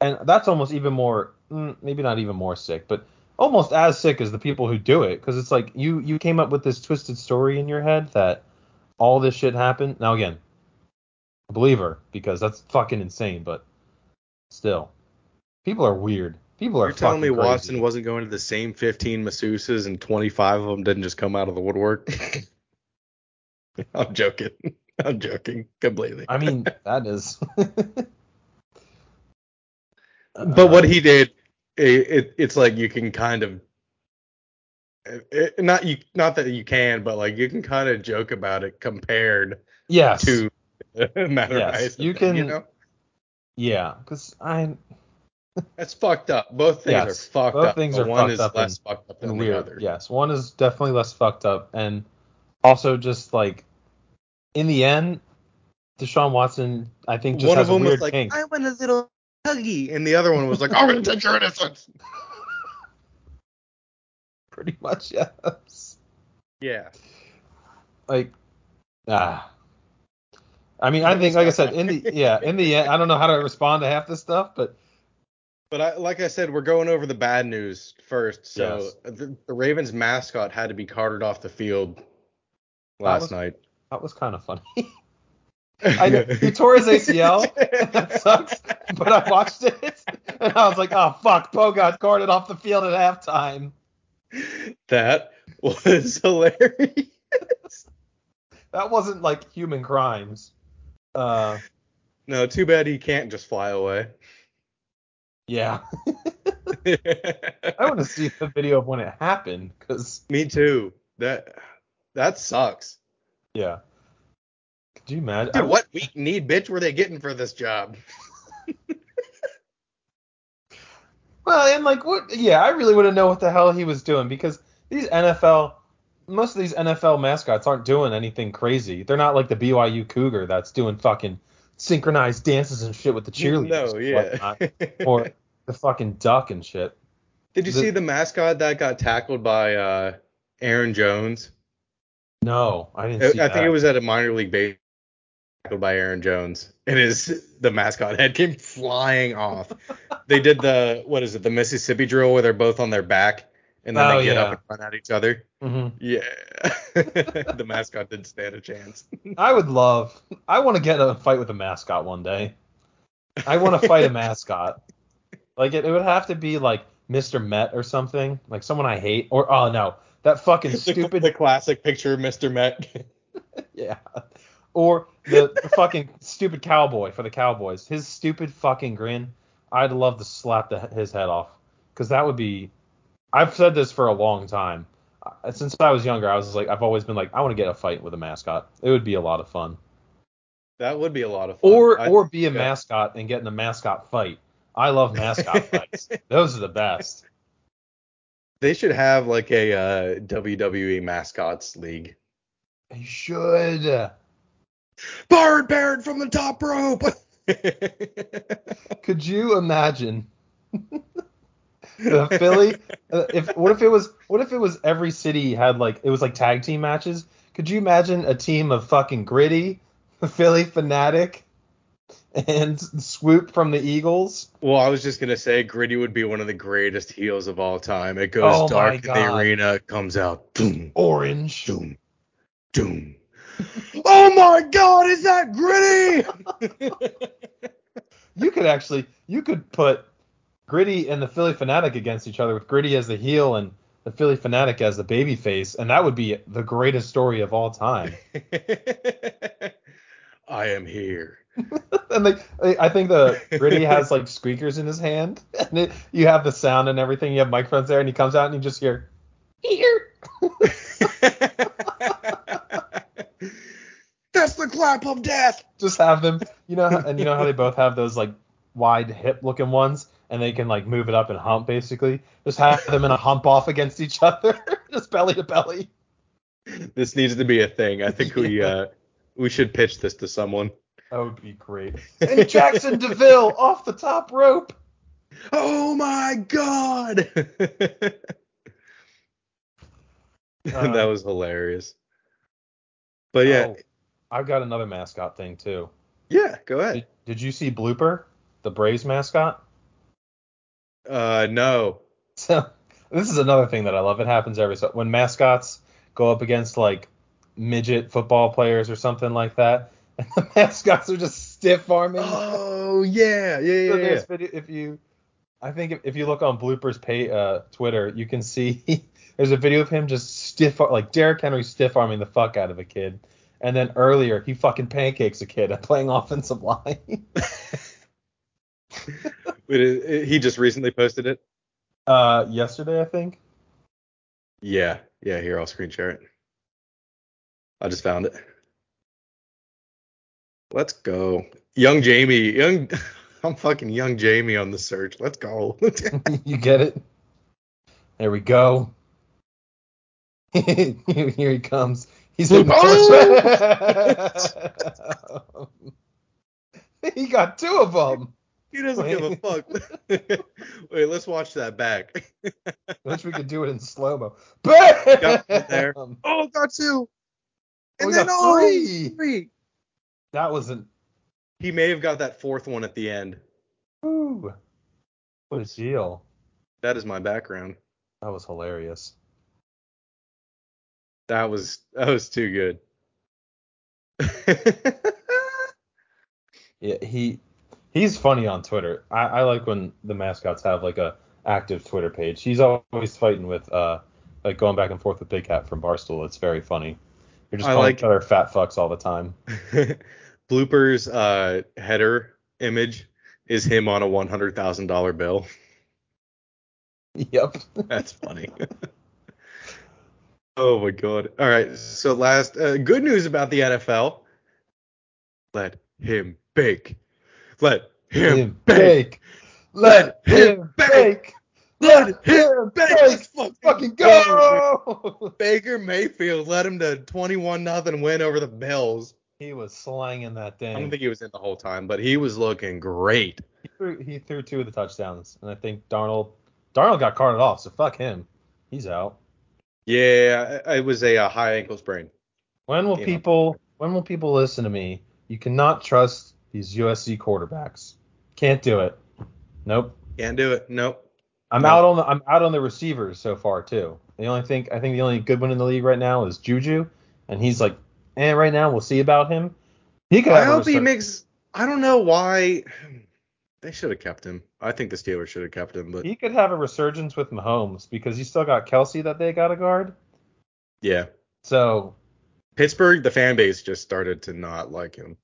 [SPEAKER 1] And that's almost even more mm, maybe not even more sick, but almost as sick as the people who do it because it's like you you came up with this twisted story in your head that all this shit happened. Now again, I believe her because that's fucking insane, but still, people are weird. People are.
[SPEAKER 2] You're telling me
[SPEAKER 1] fucking crazy.
[SPEAKER 2] Watson wasn't going to the same 15 masseuses and 25 of them didn't just come out of the woodwork? I'm joking. I'm joking completely.
[SPEAKER 1] I mean, that is. uh,
[SPEAKER 2] but what he did, it, it, it's like you can kind of it- it- not you not that you can, but like you can kind of joke about it compared
[SPEAKER 1] yes,
[SPEAKER 2] to matter
[SPEAKER 1] Yes,
[SPEAKER 2] Ice,
[SPEAKER 1] you
[SPEAKER 2] You
[SPEAKER 1] can-
[SPEAKER 2] know,
[SPEAKER 1] yeah, because I
[SPEAKER 2] that's fucked up. Both things
[SPEAKER 1] Yes,
[SPEAKER 2] are fucked
[SPEAKER 1] both
[SPEAKER 2] up.
[SPEAKER 1] things
[SPEAKER 2] but
[SPEAKER 1] are
[SPEAKER 2] one
[SPEAKER 1] fucked
[SPEAKER 2] is
[SPEAKER 1] up
[SPEAKER 2] less fucked up than
[SPEAKER 1] weird.
[SPEAKER 2] the other.
[SPEAKER 1] Yes, one is definitely less fucked up, and also just like in the end, Deshaun Watson, I think, just
[SPEAKER 2] one of
[SPEAKER 1] has
[SPEAKER 2] them
[SPEAKER 1] a weird
[SPEAKER 2] was like,
[SPEAKER 1] kink.
[SPEAKER 2] I want a little huggy, and the other one was like, "Oh, I'm gonna take your innocence.
[SPEAKER 1] Pretty much, yes.
[SPEAKER 2] Yeah.
[SPEAKER 1] like ah I mean, I think, like I said, in the yeah, in the end, I don't know how to respond to half this stuff, but
[SPEAKER 2] But I, like I said, we're going over the bad news first. So
[SPEAKER 1] Yes.
[SPEAKER 2] the, the Ravens mascot had to be carted off the field
[SPEAKER 1] That
[SPEAKER 2] last
[SPEAKER 1] was-
[SPEAKER 2] night.
[SPEAKER 1] that was kind of funny. I know, he tore his ACL. that sucks. But I watched it and I was like, oh fuck, Poe got carted off the field at halftime.
[SPEAKER 2] That was hilarious.
[SPEAKER 1] That wasn't like human crimes. Uh,
[SPEAKER 2] No, too bad he can't just fly away.
[SPEAKER 1] yeah, I want to see the video of when it happened because
[SPEAKER 2] Me too. That that sucks.
[SPEAKER 1] yeah, could you imagine?
[SPEAKER 2] Dude, what weak need bitch were they getting for this job?
[SPEAKER 1] Well, and like what? Yeah, I really want to know what the hell he was doing because these NFL, most of these NFL mascots aren't doing anything crazy. They're not like the BYU Cougar that's doing fucking synchronized dances and shit with the cheerleaders.
[SPEAKER 2] No,
[SPEAKER 1] and
[SPEAKER 2] yeah.
[SPEAKER 1] whatnot, or the fucking duck and shit.
[SPEAKER 2] Did you
[SPEAKER 1] The-
[SPEAKER 2] see the mascot that got tackled by uh, Aaron Jones?
[SPEAKER 1] No, I didn't
[SPEAKER 2] I, I
[SPEAKER 1] see
[SPEAKER 2] think
[SPEAKER 1] that.
[SPEAKER 2] it was at a minor league base tackled by Aaron Jones. And his the mascot head came flying off. they did the what is it, the Mississippi drill where they're both on their back and then
[SPEAKER 1] Oh,
[SPEAKER 2] they get
[SPEAKER 1] yeah.
[SPEAKER 2] up and run at each other.
[SPEAKER 1] Mhm.
[SPEAKER 2] Yeah. the mascot didn't stand a chance.
[SPEAKER 1] I would love. I want to get in a fight with a mascot one day. I want to fight a mascot. Like it, it would have to be like Mr. Met or something, like someone I hate, or oh no, that fucking stupid
[SPEAKER 2] the classic picture of Mr. Met.
[SPEAKER 1] Yeah. Or the, the fucking stupid cowboy for the Cowboys. His stupid fucking grin. I'd love to slap the, his head off because that would be. I've said this for a long time. Uh, Since I was younger, I was like, I've always been like, I want to get a fight with a mascot. It would be a lot of fun.
[SPEAKER 2] That would be a lot of fun.
[SPEAKER 1] Or
[SPEAKER 2] I-
[SPEAKER 1] or be a
[SPEAKER 2] yeah.
[SPEAKER 1] mascot and get in a mascot fight. I love mascot fights. Those are the best.
[SPEAKER 2] they should have like a uh, WWE mascots league.
[SPEAKER 1] You should.
[SPEAKER 2] Bird Baron from the top rope.
[SPEAKER 1] Could you imagine the Philly? uh, If what if it was what if it was every city had like it was like tag team matches? Could you imagine a team of fucking gritty Philly fanatic and swoop from the Eagles?
[SPEAKER 2] well, I was just gonna say Gritty would be one of the greatest heels of all time. It goes
[SPEAKER 1] Oh my
[SPEAKER 2] dark in the
[SPEAKER 1] God.
[SPEAKER 2] arena, it comes out. Doom,
[SPEAKER 1] Orange.
[SPEAKER 2] doom, doom. oh my God, is that Gritty?
[SPEAKER 1] You could actually you could put gritty and the Philly fanatic against each other with gritty as the heel and the Philly fanatic as the baby face, and that would be the greatest story of all time.
[SPEAKER 2] I am here.
[SPEAKER 1] and like I I think the Gritty has like squeakers in his hand, and it, you have the sound and everything. You have microphones there, and he comes out and you just hear here.
[SPEAKER 2] That's the clap of death.
[SPEAKER 1] Just have them, you know, and you know how they both have those like wide hip looking ones, and they can like move it up and hump basically. Just have them in a hump off against each other, just belly to belly.
[SPEAKER 2] This needs to be a thing. I think we uh, we should pitch this to someone.
[SPEAKER 1] That would be great. And Jackson Deville off the top rope.
[SPEAKER 2] Oh my god! that was hilarious. But yeah,
[SPEAKER 1] Oh, I've got another mascot thing too.
[SPEAKER 2] yeah, go
[SPEAKER 1] Did,
[SPEAKER 2] ahead.
[SPEAKER 1] did you see Blooper, the Braves mascot?
[SPEAKER 2] Uh, no.
[SPEAKER 1] So this is another thing that I love. It happens every so when mascots go up against like midget football players or something like that. And the mascots are just stiff arming.
[SPEAKER 2] Oh yeah, yeah, yeah.
[SPEAKER 1] So
[SPEAKER 2] yeah.
[SPEAKER 1] there's video- if you, I think if, if you look on bloopers pay uh, Twitter, you can see there's a video of him just stiff like Derrick Henry stiff arming the fuck out of a kid, and then earlier he fucking pancakes a kid at playing offensive line.
[SPEAKER 2] It is- it- he just recently posted it.
[SPEAKER 1] uh, yesterday I think.
[SPEAKER 2] Yeah, yeah. Here, I'll screen share it. I just found it. Let's go, young Jamie. Young, I'm fucking young Jamie on the search. Let's go.
[SPEAKER 1] you get it? There we go. Here he comes. He's in
[SPEAKER 2] Oh!
[SPEAKER 1] the He got two of them.
[SPEAKER 2] he doesn't give a
[SPEAKER 1] Wait.
[SPEAKER 2] fuck. Wait, let's watch that back.
[SPEAKER 1] Wish we could do it in slow mo.
[SPEAKER 2] Got one there. Oh, got two. And
[SPEAKER 1] We
[SPEAKER 2] then
[SPEAKER 1] got
[SPEAKER 2] oh,
[SPEAKER 1] three.
[SPEAKER 2] three.
[SPEAKER 1] That wasn't.
[SPEAKER 2] He may have got that fourth one at the end.
[SPEAKER 1] Ooh, what a deal.
[SPEAKER 2] That is my background.
[SPEAKER 1] That was hilarious.
[SPEAKER 2] That was that was too good.
[SPEAKER 1] Yeah, he he's funny on Twitter. I, I like when the mascots have like a active Twitter page. He's always fighting with uh like going back and forth with Big Hat from Barstool. It's very funny. You're just
[SPEAKER 2] I
[SPEAKER 1] calling
[SPEAKER 2] like-
[SPEAKER 1] each other fat fucks all the time.
[SPEAKER 2] bloopers uh, header image is him on a one hundred thousand dollar bill.
[SPEAKER 1] Yep.
[SPEAKER 2] That's funny. oh my god! All right, so last uh, good news about the NFL. Let him bake. Let him, bake. Let him bake. Let him bake. Let's fucking,
[SPEAKER 1] Fucking go!
[SPEAKER 2] Baker Mayfield led him to 21 nothing win over the Bills.
[SPEAKER 1] he was slanging that
[SPEAKER 2] I don't
[SPEAKER 1] thing.
[SPEAKER 2] think he was in the whole time, but he was looking great.
[SPEAKER 1] He threw, he threw two of the touchdowns, and I think Darnold Darnold got carted off, so fuck him. He's out.
[SPEAKER 2] Yeah, it was a, uh high ankle sprain.
[SPEAKER 1] When will
[SPEAKER 2] You know.
[SPEAKER 1] people when will people listen to me? You cannot trust these USC quarterbacks. Can't do it. Nope.
[SPEAKER 2] Can't do it. Nope.
[SPEAKER 1] I'm
[SPEAKER 2] No.
[SPEAKER 1] out on the I'm out on the receivers so far too. The only thing I think the only good one in the league right now is Juju, and he's like, eh, right now we'll see about him. He could
[SPEAKER 2] I
[SPEAKER 1] have a
[SPEAKER 2] hope he
[SPEAKER 1] resurg-
[SPEAKER 2] makes. I don't know why they should have kept him. I think the Steelers should have kept him, but
[SPEAKER 1] he could have a resurgence with Mahomes because you still got Kelsey that they got to guard.
[SPEAKER 2] yeah,
[SPEAKER 1] So
[SPEAKER 2] Pittsburgh, the fan base just started to not like him.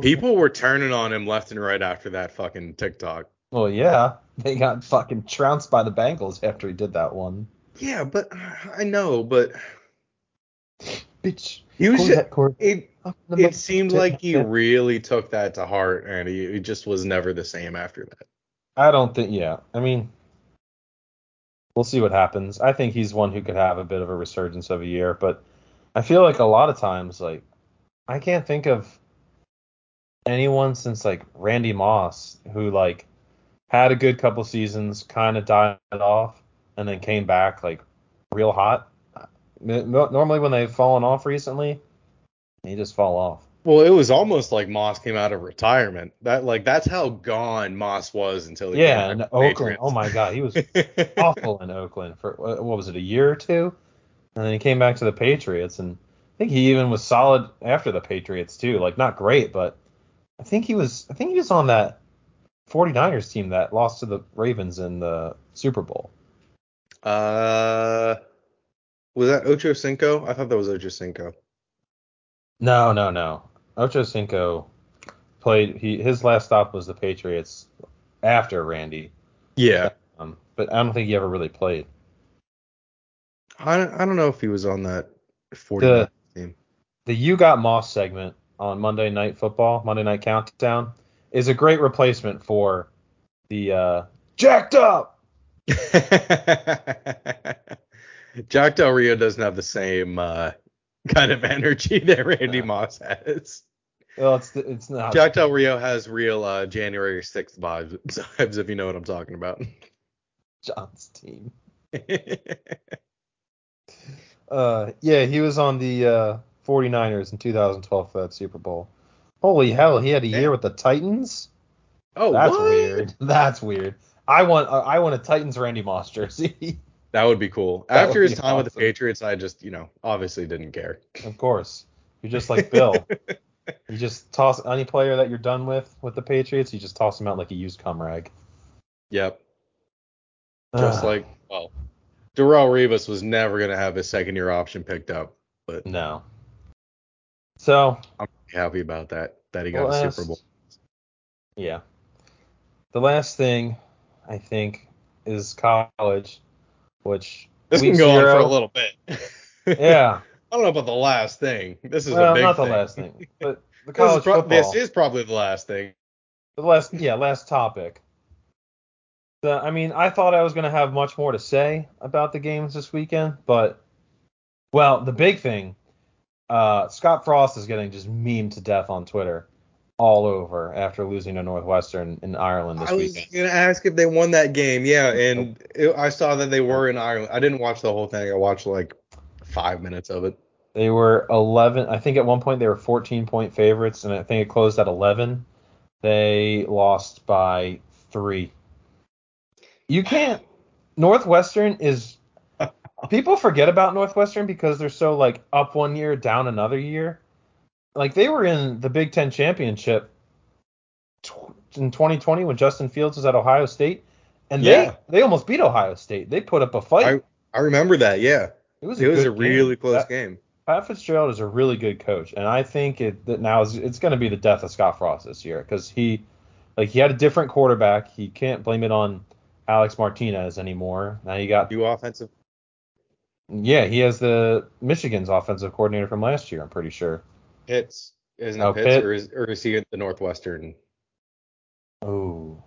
[SPEAKER 2] People were turning on him left and right after that fucking TikTok.
[SPEAKER 1] Well, yeah, they got fucking trounced by the Bengals after he did that one.
[SPEAKER 2] Yeah, but I know, but
[SPEAKER 1] Bitch.
[SPEAKER 2] he was.
[SPEAKER 1] Hold
[SPEAKER 2] Just,
[SPEAKER 1] that cord.
[SPEAKER 2] it
[SPEAKER 1] Up the
[SPEAKER 2] it seemed
[SPEAKER 1] mountain.
[SPEAKER 2] like he really took that to heart, and he, he just was never the same after that.
[SPEAKER 1] I don't think. Yeah, I mean, we'll see what happens. I think he's one who could have a bit of a resurgence of a year, but I feel like a lot of times, like, I can't think of anyone since like Randy Moss who like had a good couple seasons, kind of died off, and then came back like real hot. Uh, N- no- Normally, when they've fallen off recently, they just fall off.
[SPEAKER 2] Well, it was almost like Moss came out of retirement. That like that's how gone Moss was until he
[SPEAKER 1] Yeah,
[SPEAKER 2] came
[SPEAKER 1] and
[SPEAKER 2] back to the
[SPEAKER 1] Oakland. Oh my God, he was
[SPEAKER 2] Patriots.
[SPEAKER 1] awful in Oakland for what what was it a year or two, and then he came back to the Patriots, and I think he even was solid after the Patriots too. Like not great, but I think he was. I think he was on that 49ers team that lost to the Ravens in the Super Bowl.
[SPEAKER 2] Uh, was that Ocho Cinco? I thought that was Ocho Cinco.
[SPEAKER 1] No, no, no. Ocho Cinco played. He his last stop was the Patriots after Randy,
[SPEAKER 2] Yeah,
[SPEAKER 1] um, but I don't think he ever really played.
[SPEAKER 2] I don't, I don't know if he was on that 40.
[SPEAKER 1] The-
[SPEAKER 2] team.
[SPEAKER 1] the You Got Moss segment on Monday Night Football, Monday Night Countdown, is a great replacement for the uh, Jacked Up.
[SPEAKER 2] Jack Del Rio doesn't have the same uh, kind of energy that Randy
[SPEAKER 1] No.
[SPEAKER 2] Moss has.
[SPEAKER 1] Well, it's it's not.
[SPEAKER 2] Jack Del Rio has real uh, January 6th vibes, vibes, if you know what I'm talking about.
[SPEAKER 1] John's team. Uh, yeah, he was on the uh, 49ers in 2012 for that Super Bowl. Holy hell, he had a year with the Titans.
[SPEAKER 2] oh,
[SPEAKER 1] That's
[SPEAKER 2] what?
[SPEAKER 1] weird. That's weird. I want uh, I want a Titans Randy Moss jersey.
[SPEAKER 2] That would be cool.
[SPEAKER 1] That
[SPEAKER 2] After
[SPEAKER 1] would
[SPEAKER 2] his
[SPEAKER 1] be
[SPEAKER 2] time with the
[SPEAKER 1] awesome.
[SPEAKER 2] Patriots, I just, you know, obviously didn't care.
[SPEAKER 1] Of course. You're just like Bill. you just toss any player that you're done with with the Patriots, you just toss them out like a used cum rag. Ah.
[SPEAKER 2] Yep. Just
[SPEAKER 1] Ugh,
[SPEAKER 2] like, well, Darrell Rivas was never going to have his second year option picked up. But
[SPEAKER 1] no. So
[SPEAKER 2] I'm happy about that, that he got
[SPEAKER 1] the
[SPEAKER 2] a
[SPEAKER 1] last-
[SPEAKER 2] Super Bowl.
[SPEAKER 1] Yeah. The last thing I think is college, which
[SPEAKER 2] This
[SPEAKER 1] week
[SPEAKER 2] can go on for
[SPEAKER 1] zero-
[SPEAKER 2] a little bit.
[SPEAKER 1] Yeah.
[SPEAKER 2] I don't know about the last thing. This is a
[SPEAKER 1] well,
[SPEAKER 2] big
[SPEAKER 1] not
[SPEAKER 2] thing.
[SPEAKER 1] the last thing, but the
[SPEAKER 2] This is
[SPEAKER 1] college
[SPEAKER 2] prob-
[SPEAKER 1] football.
[SPEAKER 2] this is probably the last thing.
[SPEAKER 1] The last, yeah, last topic. The, I mean, I thought I was going to have much more to say about the games this weekend, but well, the big thing, uh, Scott Frost is getting just memed to death on Twitter, all over after losing to Northwestern in Ireland this
[SPEAKER 2] I was
[SPEAKER 1] weekend.
[SPEAKER 2] gonna ask if they won that game. Yeah, and it, I saw that they were in Ireland. I didn't watch the whole thing. I watched like five minutes of it.
[SPEAKER 1] They were 11. I think at one point they were 14 point favorites, and I think it closed at 11. They lost by three. You can't. Northwestern is. People forget about Northwestern because they're so like up one year, down another year. Like they were in the Big Ten championship tw- in 2020 when Justin Fields was at Ohio State, and
[SPEAKER 2] Yeah.
[SPEAKER 1] they they almost beat Ohio State. They put up a fight.
[SPEAKER 2] I remember that. Yeah,
[SPEAKER 1] it was a,
[SPEAKER 2] it was
[SPEAKER 1] good
[SPEAKER 2] a
[SPEAKER 1] game.
[SPEAKER 2] really close
[SPEAKER 1] That-
[SPEAKER 2] game.
[SPEAKER 1] Pat Fitzgerald is a really good coach, and I think it that now is it's going to be the death of Scott Frost this year because he, like, he had a different quarterback. He can't blame it on Alex Martinez anymore. Now you got
[SPEAKER 2] You offensive.
[SPEAKER 1] yeah, he has the Michigan's offensive coordinator from last year. I'm pretty sure.
[SPEAKER 2] Pitts isn't it
[SPEAKER 1] Oh,
[SPEAKER 2] Pitts,
[SPEAKER 1] Pitt.
[SPEAKER 2] or is or is he at the Northwestern?
[SPEAKER 1] Oh,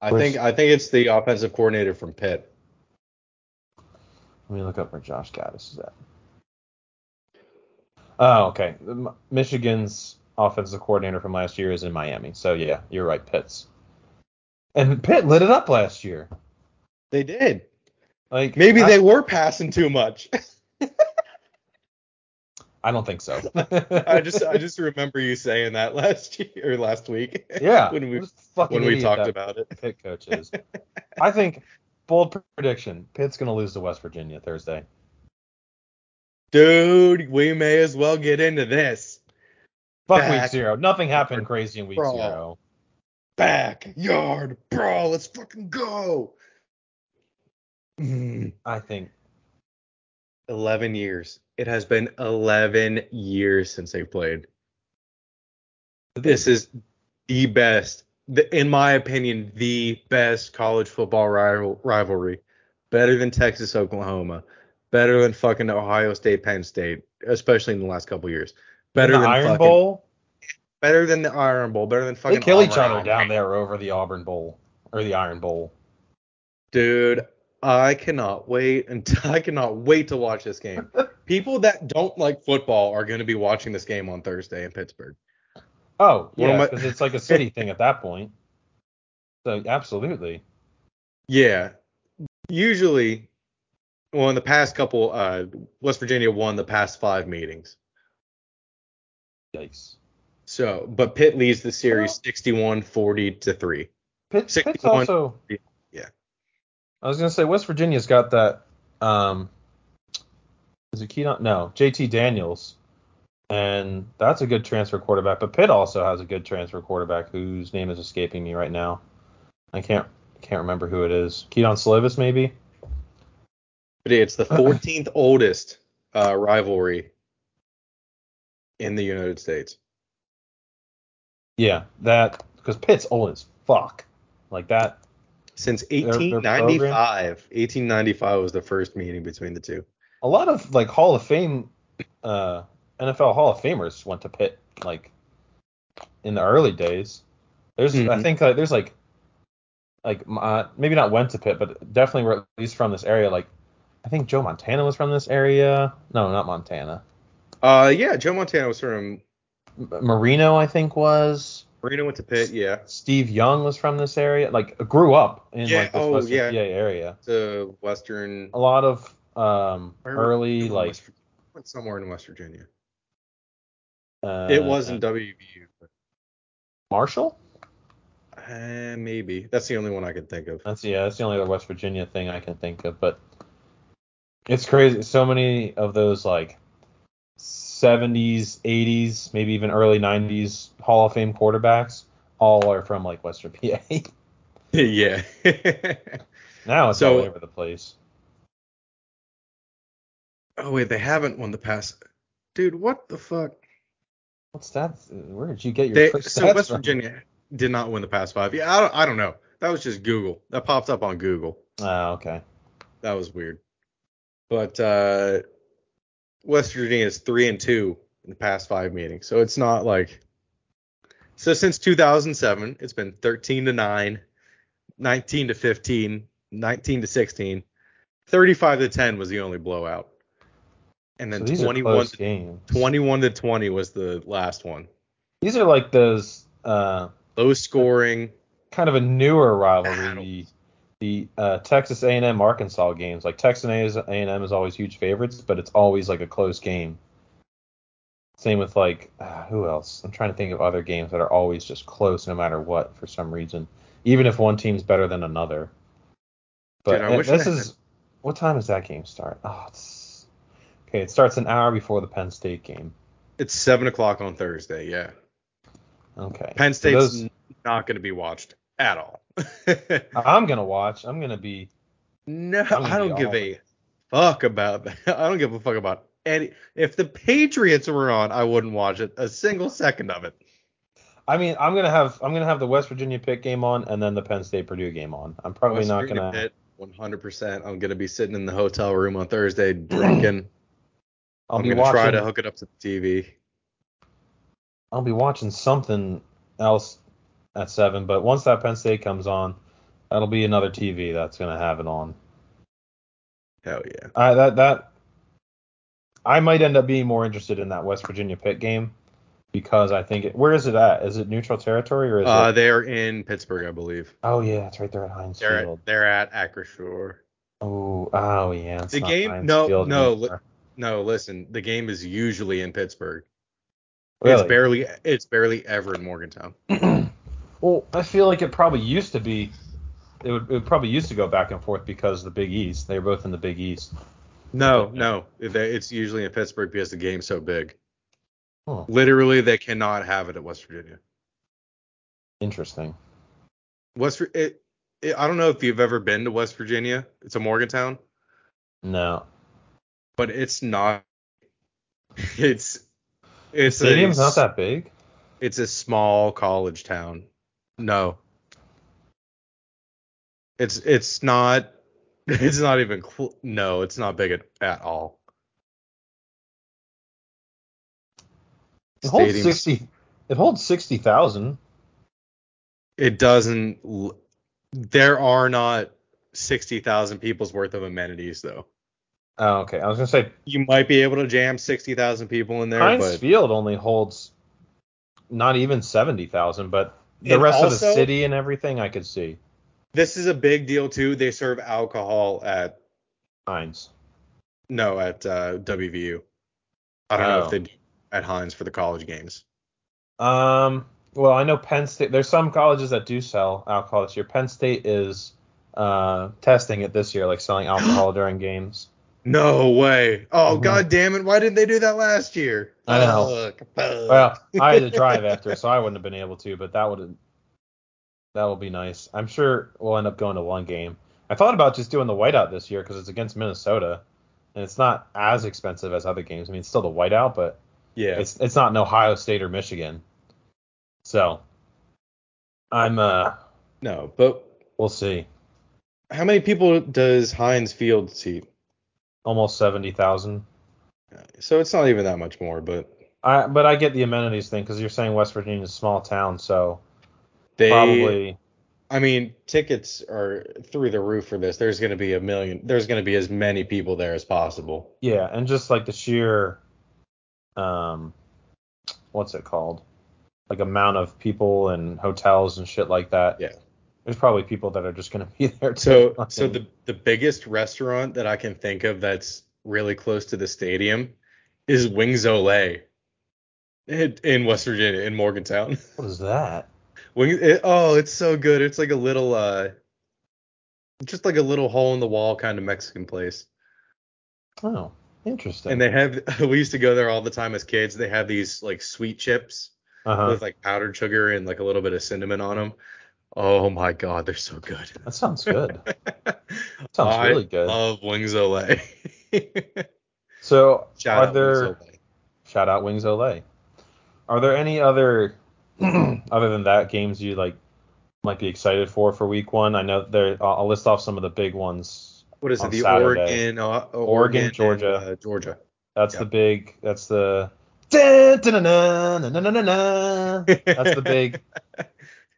[SPEAKER 2] I
[SPEAKER 1] Where's-
[SPEAKER 2] think I think it's the offensive coordinator from Pitt.
[SPEAKER 1] let me look up where Josh Gaddis is at. Oh, okay. M- Michigan's offensive coordinator from last year is in Miami. So yeah, you're right, Pitts. And Pitt lit it up last year.
[SPEAKER 2] They did.
[SPEAKER 1] Like
[SPEAKER 2] Maybe
[SPEAKER 1] I-
[SPEAKER 2] they were passing too much.
[SPEAKER 1] I don't think so.
[SPEAKER 2] I just I just remember you saying that last year or last week.
[SPEAKER 1] yeah.
[SPEAKER 2] when we-
[SPEAKER 1] what a fucking
[SPEAKER 2] when we
[SPEAKER 1] idiot
[SPEAKER 2] talked
[SPEAKER 1] that
[SPEAKER 2] about it.
[SPEAKER 1] Pitt coach is. I think bold prediction: Pitt's gonna lose to West Virginia Thursday.
[SPEAKER 2] Dude, we may as well get into this.
[SPEAKER 1] Fuck week
[SPEAKER 2] Back.
[SPEAKER 1] zero. Nothing happened crazy in week
[SPEAKER 2] Bro.
[SPEAKER 1] zero.
[SPEAKER 2] backyard brawl. Let's fucking go. Mm,
[SPEAKER 1] I think
[SPEAKER 2] 11 years. It has been 11 years since they played. This is the best, the, in my opinion, the best college football rival, rivalry. Better than Texas Oklahoma. Better than fucking Ohio State Penn State, especially in the last couple years. Better
[SPEAKER 1] the
[SPEAKER 2] than
[SPEAKER 1] Iron
[SPEAKER 2] fucking,
[SPEAKER 1] Bowl.
[SPEAKER 2] Better than the Iron Bowl. Better than
[SPEAKER 1] They
[SPEAKER 2] fucking.
[SPEAKER 1] kill each
[SPEAKER 2] Auburn.
[SPEAKER 1] other down there over the Auburn Bowl or the Iron Bowl.
[SPEAKER 2] Dude, I cannot wait until I cannot wait to watch this game. People that don't like football are going to be watching this game on Thursday in Pittsburgh.
[SPEAKER 1] Oh,
[SPEAKER 2] One of
[SPEAKER 1] yeah,
[SPEAKER 2] my-
[SPEAKER 1] because it's like a city thing at that point. So absolutely.
[SPEAKER 2] Yeah. Usually, well, in the past couple, uh, West Virginia won the past five meetings.
[SPEAKER 1] Yikes.
[SPEAKER 2] So, but Pitt leads the series 61 40 to 3.
[SPEAKER 1] Pitt, Pitt's
[SPEAKER 2] 61.
[SPEAKER 1] also.
[SPEAKER 2] Yeah.
[SPEAKER 1] I was gonna say West Virginia's got that. Um, is it Keenan? No, JT Daniels, and that's a good transfer quarterback. But Pitt also has a good transfer quarterback whose name is escaping me right now. I can't can't remember who it is. Keaton Slovis maybe.
[SPEAKER 2] But it's
[SPEAKER 1] Uh-uh.
[SPEAKER 2] the 14th oldest uh, rivalry in the United States.
[SPEAKER 1] Yeah, that because Pitt's old as fuck. Like that.
[SPEAKER 2] Since
[SPEAKER 1] their program?
[SPEAKER 2] 1895, 1895 was the first meeting between the two.
[SPEAKER 1] A lot of like Hall of Fame, uh, NFL Hall of Famers went to Pitt like in the early days. There's I
[SPEAKER 2] Mhm.
[SPEAKER 1] think like, there's like like uh, maybe not went to Pitt, but definitely were at least from this area. Like I think Joe Montana was from this area. No, not Montana.
[SPEAKER 2] Uh, yeah, Joe Montana was from
[SPEAKER 1] M- Marino I think was.
[SPEAKER 2] Marino went to Pitt, yeah,
[SPEAKER 1] Steve Young was from this area. Like grew up in
[SPEAKER 2] Yeah,
[SPEAKER 1] like this
[SPEAKER 2] oh,
[SPEAKER 1] Western
[SPEAKER 2] yeah.
[SPEAKER 1] PA area.
[SPEAKER 2] to Western
[SPEAKER 1] A lot of um
[SPEAKER 2] Where were-
[SPEAKER 1] early like
[SPEAKER 2] West- went somewhere in West Virginia.
[SPEAKER 1] uh,
[SPEAKER 2] it wasn't WVU, but
[SPEAKER 1] Marshall.
[SPEAKER 2] uh, maybe that's the only one I could think of.
[SPEAKER 1] That's yeah, that's the only other West Virginia thing I can think of. But It's crazy. So many of those like 70s, 80s, maybe even early 90s Hall of Fame quarterbacks all are from like Western PA.
[SPEAKER 2] yeah.
[SPEAKER 1] now it's
[SPEAKER 2] So-
[SPEAKER 1] all over the place.
[SPEAKER 2] oh wait, they haven't won the past. Dude, what the fuck?
[SPEAKER 1] What's that? Where did you get your
[SPEAKER 2] They,
[SPEAKER 1] trick
[SPEAKER 2] so
[SPEAKER 1] stats
[SPEAKER 2] West
[SPEAKER 1] from?
[SPEAKER 2] Virginia did not win the past five. Yeah, I don't, I don't know. That was just Google. That popped up on Google.
[SPEAKER 1] Oh, okay.
[SPEAKER 2] That was weird. But uh, West Virginia is three and two in the past five meetings, so it's not like. So since 2007, it's been 13 to 9, 19 to 15, 19 to 16, 35 to 10 was the only blowout, and
[SPEAKER 1] So
[SPEAKER 2] then
[SPEAKER 1] these are
[SPEAKER 2] 21
[SPEAKER 1] close
[SPEAKER 2] to,
[SPEAKER 1] games.
[SPEAKER 2] 21 to 20 was the last one.
[SPEAKER 1] These are like those uh,
[SPEAKER 2] Low scoring.
[SPEAKER 1] kind of a newer rivalry.
[SPEAKER 2] Battle.
[SPEAKER 1] The uh, Texas A&M Arkansas games, like Texas A&M is always huge favorites, but it's always like a close game. Same with like uh, who else? I'm trying to think of other games that are always just close no matter what for some reason, even if one team's better than another. But
[SPEAKER 2] Dude, I
[SPEAKER 1] th-
[SPEAKER 2] wish I
[SPEAKER 1] this
[SPEAKER 2] had-
[SPEAKER 1] is what time does that game start? Oh, it's okay. It starts an hour before the Penn State game.
[SPEAKER 2] It's seven o'clock on Thursday. Yeah,
[SPEAKER 1] Okay.
[SPEAKER 2] Penn
[SPEAKER 1] So
[SPEAKER 2] State's
[SPEAKER 1] those-
[SPEAKER 2] not going to be watched at all.
[SPEAKER 1] I'm gonna watch. I'm gonna be
[SPEAKER 2] No,
[SPEAKER 1] gonna
[SPEAKER 2] I don't
[SPEAKER 1] be
[SPEAKER 2] give
[SPEAKER 1] all
[SPEAKER 2] a fuck about that. I don't give a fuck about any. If the Patriots were on, I wouldn't watch it a single second of it.
[SPEAKER 1] I mean, I'm gonna have I'm gonna have the West Virginia Pitt game on, and then the Penn State Purdue game on. I'm probably
[SPEAKER 2] West
[SPEAKER 1] not
[SPEAKER 2] Virginia
[SPEAKER 1] gonna.
[SPEAKER 2] Pitt, 100%. I'm gonna be sitting in the hotel room on Thursday drinking.
[SPEAKER 1] I'll
[SPEAKER 2] I'm
[SPEAKER 1] be
[SPEAKER 2] gonna
[SPEAKER 1] watching.
[SPEAKER 2] try to hook it up to the TV.
[SPEAKER 1] I'll be watching something else at seven. But once that Penn State comes on, that'll be another TV that's gonna have it on.
[SPEAKER 2] Hell yeah.
[SPEAKER 1] I that that I might end up being more interested in that West Virginia Pitt game because I think it. Where is it at? Is it neutral territory or is
[SPEAKER 2] Uh,
[SPEAKER 1] it?
[SPEAKER 2] they're in Pittsburgh, I believe.
[SPEAKER 1] Oh yeah, it's right there at Heinz
[SPEAKER 2] They're
[SPEAKER 1] Field.
[SPEAKER 2] at, they're at Acrisure.
[SPEAKER 1] Oh oh yeah. it's
[SPEAKER 2] The
[SPEAKER 1] not
[SPEAKER 2] game-
[SPEAKER 1] Heinz
[SPEAKER 2] no,
[SPEAKER 1] Field
[SPEAKER 2] no,
[SPEAKER 1] anymore.
[SPEAKER 2] No, listen, the game is usually in Pittsburgh.
[SPEAKER 1] Really?
[SPEAKER 2] It's barely it's barely ever in Morgantown.
[SPEAKER 1] Well, I feel like it probably used to be. It would, it would probably used to go back and forth because the Big East. They were both in the Big East.
[SPEAKER 2] No, no, they- it's usually in Pittsburgh because the game's so big.
[SPEAKER 1] Huh.
[SPEAKER 2] Literally, they cannot have it at West Virginia.
[SPEAKER 1] Interesting.
[SPEAKER 2] West, Vir- it, it, I don't know if you've ever been to West Virginia. It's a Morgantown,
[SPEAKER 1] No.
[SPEAKER 2] but it's not. It's it's
[SPEAKER 1] Stadium's
[SPEAKER 2] a,
[SPEAKER 1] not that big.
[SPEAKER 2] It's a small college town. No. It's it's not. It's not even. Cl- no, it's not big at, at all.
[SPEAKER 1] It holds
[SPEAKER 2] Stadium's-
[SPEAKER 1] sixty. It holds sixty thousand.
[SPEAKER 2] it doesn't l- there are not 60,000 people's worth of amenities though.
[SPEAKER 1] Oh, okay. I was gonna say
[SPEAKER 2] You might be able to jam 60,000 people in there
[SPEAKER 1] Heinz
[SPEAKER 2] but
[SPEAKER 1] Field only holds not even seventy thousand, but the
[SPEAKER 2] And
[SPEAKER 1] rest of the
[SPEAKER 2] also-
[SPEAKER 1] city and everything I could see.
[SPEAKER 2] this is a big deal too. They serve alcohol at
[SPEAKER 1] Heinz.
[SPEAKER 2] no at uh, WVU. I don't know
[SPEAKER 1] Oh.
[SPEAKER 2] if they do at Heinz for the college games.
[SPEAKER 1] Um. Well, I know Penn State. There's some colleges that do sell alcohol this year. Penn State is uh, testing it this year, like selling alcohol during games.
[SPEAKER 2] No way. Oh
[SPEAKER 1] Mhm.
[SPEAKER 2] god damn it. Why didn't they do that last year?
[SPEAKER 1] I know.
[SPEAKER 2] Fuck, fuck.
[SPEAKER 1] Well, I had to drive after, so I wouldn't have been able to. But that would that will be nice. I'm sure we'll end up going to one game. I thought about just doing the whiteout this year because it's against Minnesota, and it's not as expensive as other games. I mean, it's still the whiteout, but
[SPEAKER 2] yeah.
[SPEAKER 1] it's it's not in Ohio State or Michigan. So I'm uh,
[SPEAKER 2] No, but
[SPEAKER 1] we'll see.
[SPEAKER 2] how many people does Heinz Field seat?
[SPEAKER 1] Almost seventy thousand.
[SPEAKER 2] So it's not even that much more, but
[SPEAKER 1] I but I get the amenities thing because you're saying West Virginia's a small town, so
[SPEAKER 2] they
[SPEAKER 1] probably
[SPEAKER 2] I mean, tickets are through the roof for this. There's going to be a million. There's going to be as many people there as possible.
[SPEAKER 1] Yeah, and just like the sheer, um, what's it called? Like amount of people and hotels and shit like that.
[SPEAKER 2] Yeah.
[SPEAKER 1] There's probably people that are just gonna be there. to
[SPEAKER 2] So,
[SPEAKER 1] fucking-
[SPEAKER 2] so the the biggest restaurant that I can think of that's really close to the stadium is Wings Ole in, in West Virginia in Morgantown.
[SPEAKER 1] what is that?
[SPEAKER 2] Wings, it- oh, it's so good. It's like a little uh, just like a little hole in the wall kind of Mexican place.
[SPEAKER 1] Oh, interesting.
[SPEAKER 2] And they have we used to go there all the time as kids. They have these like sweet chips
[SPEAKER 1] uh-huh.
[SPEAKER 2] with like powdered sugar and like a little bit of cinnamon on them. Oh my god, they're so good.
[SPEAKER 1] That sounds good. That sounds
[SPEAKER 2] I
[SPEAKER 1] really good.
[SPEAKER 2] love Wings Olay.
[SPEAKER 1] so,
[SPEAKER 2] Shout
[SPEAKER 1] are
[SPEAKER 2] out
[SPEAKER 1] there
[SPEAKER 2] Wings Olay.
[SPEAKER 1] shout out Wings Olay? Are there any other other than that games you like might be excited for for week one? I know there. I'll, I'll list off some of the big ones.
[SPEAKER 2] What is
[SPEAKER 1] on
[SPEAKER 2] it? The
[SPEAKER 1] Saturday.
[SPEAKER 2] Oregon, uh, Oregon, and,
[SPEAKER 1] Georgia.
[SPEAKER 2] uh, Georgia.
[SPEAKER 1] That's
[SPEAKER 2] Yeah.
[SPEAKER 1] the big. That's the. Dun, dun, dun, dun, dun, dun, dun, dun. That's the big.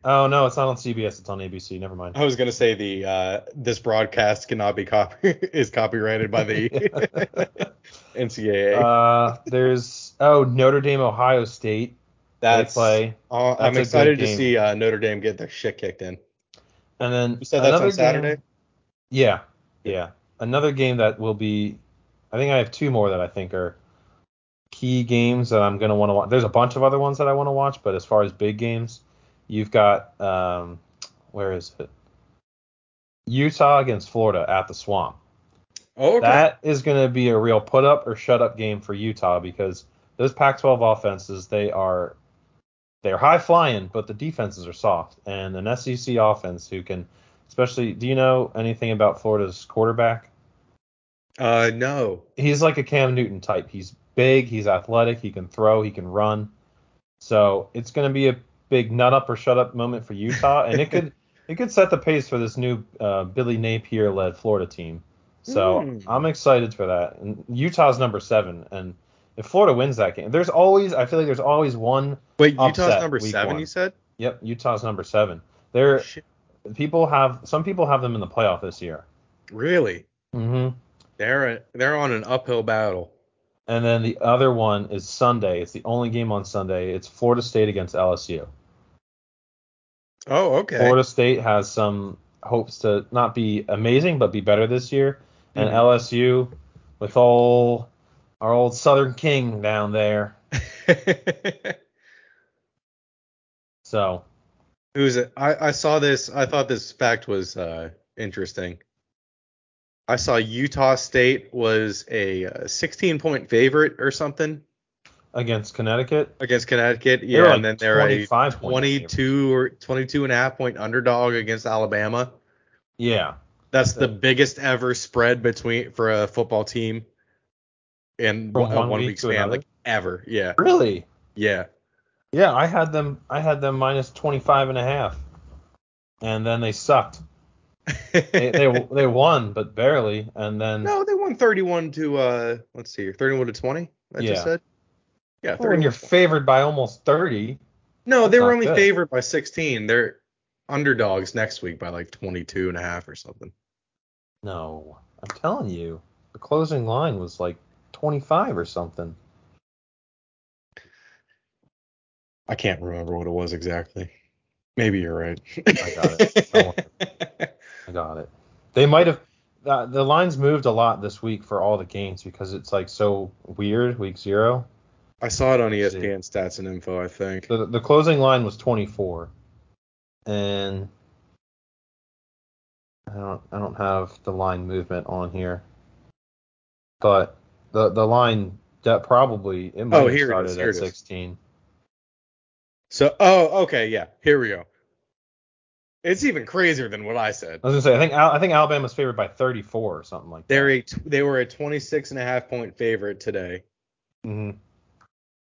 [SPEAKER 1] Oh no, it's not on CBS. It's on ABC. Never mind.
[SPEAKER 2] I was gonna say the uh, this broadcast cannot be copy is copyrighted by the NCAA.
[SPEAKER 1] Uh, there's oh Notre Dame, Ohio State.
[SPEAKER 2] that's
[SPEAKER 1] they play,
[SPEAKER 2] uh,
[SPEAKER 1] that's a
[SPEAKER 2] I'm
[SPEAKER 1] good
[SPEAKER 2] excited to
[SPEAKER 1] game.
[SPEAKER 2] see uh, Notre Dame get their shit kicked in.
[SPEAKER 1] and then
[SPEAKER 2] You said that's
[SPEAKER 1] another
[SPEAKER 2] on
[SPEAKER 1] game-
[SPEAKER 2] Saturday.
[SPEAKER 1] Yeah, yeah. Another game that will be. I think I have two more that I think are key games that I'm gonna want to watch. There's a bunch of other ones that I want to watch, but as far as big games, you've got um, where is it? Utah against Florida at the Swamp.
[SPEAKER 2] Oh, okay.
[SPEAKER 1] That is going to be a real put up or shut up game for Utah because those Pac-12 offenses they are they're high flying, but the defenses are soft. And an SEC offense who can, especially, do you know anything about Florida's quarterback?
[SPEAKER 2] uh, no.
[SPEAKER 1] He's like a Cam Newton type. He's big, he's athletic, he can throw, he can run. So it's going to be a big nut up or shut up moment for Utah, and it could it could set the pace for this new uh, Billy Napier led Florida team. So
[SPEAKER 2] Mm.
[SPEAKER 1] I'm excited for that. And Utah's number seven, and if Florida wins that game, there's always I feel like there's always one.
[SPEAKER 2] Wait, Utah's
[SPEAKER 1] Upset
[SPEAKER 2] number
[SPEAKER 1] week
[SPEAKER 2] seven.
[SPEAKER 1] one.
[SPEAKER 2] You said.
[SPEAKER 1] Yep, Utah's number seven. There,
[SPEAKER 2] Shit,
[SPEAKER 1] people have some people have them in the playoff this year.
[SPEAKER 2] really?
[SPEAKER 1] hmm
[SPEAKER 2] They're a, they're on an uphill battle.
[SPEAKER 1] And then the other one is Sunday. It's the only game on Sunday. It's Florida State against LSU.
[SPEAKER 2] Oh, okay.
[SPEAKER 1] Florida State has some hopes to not be amazing, but be better this year. And
[SPEAKER 2] Mhm.
[SPEAKER 1] LSU, with all our old Southern King down there, so
[SPEAKER 2] Who's it? I, I saw this. I thought this fact was uh, interesting. I saw Utah State was a uh, 16 point favorite or something
[SPEAKER 1] against Connecticut,
[SPEAKER 2] against Connecticut.
[SPEAKER 1] were
[SPEAKER 2] Yeah,
[SPEAKER 1] like
[SPEAKER 2] and then they're a
[SPEAKER 1] 25 point
[SPEAKER 2] 22 or 22 and a half point underdog against Alabama.
[SPEAKER 1] yeah,
[SPEAKER 2] That's the
[SPEAKER 1] Yeah.
[SPEAKER 2] biggest ever spread between for a football team in
[SPEAKER 1] From
[SPEAKER 2] one,
[SPEAKER 1] one
[SPEAKER 2] one
[SPEAKER 1] week
[SPEAKER 2] week
[SPEAKER 1] to
[SPEAKER 2] span,
[SPEAKER 1] another?
[SPEAKER 2] like ever. Yeah,
[SPEAKER 1] really,
[SPEAKER 2] yeah.
[SPEAKER 1] yeah. I had them, I had them minus 25 and a half, and then they sucked. They they, they won, but barely, and then
[SPEAKER 2] No, they won 31 to uh let's see here, 31 to 20. I
[SPEAKER 1] Yeah.
[SPEAKER 2] just said. Yeah,
[SPEAKER 1] well, when
[SPEAKER 2] 31.
[SPEAKER 1] you're favored by almost 30,
[SPEAKER 2] no, they
[SPEAKER 1] that's
[SPEAKER 2] were
[SPEAKER 1] not
[SPEAKER 2] only
[SPEAKER 1] good.
[SPEAKER 2] favored by 16. They're underdogs next week by like 22 and a half or something.
[SPEAKER 1] No, I'm telling you, the closing line was like 25 or something.
[SPEAKER 2] I can't remember what it was exactly. Maybe you're right.
[SPEAKER 1] I got it. Don't I got it. They might have. The, the lines moved a lot this week for all the games because it's like so weird. Week zero,
[SPEAKER 2] I saw it on E
[SPEAKER 1] Let's see.
[SPEAKER 2] ESPN stats and info, I think.
[SPEAKER 1] the the closing line was 24, and I don't I don't have the line movement on here, but the the line that probably it might
[SPEAKER 2] Oh,
[SPEAKER 1] have
[SPEAKER 2] here it
[SPEAKER 1] started
[SPEAKER 2] is, here
[SPEAKER 1] at
[SPEAKER 2] it is.
[SPEAKER 1] 16.
[SPEAKER 2] So, oh, okay, yeah. Here we go. It's even crazier than what I said.
[SPEAKER 1] I was gonna say I think Al- I think Alabama's favored by 34 or something like that.
[SPEAKER 2] They're a, they were a 26 and a half point favorite today.
[SPEAKER 1] hmm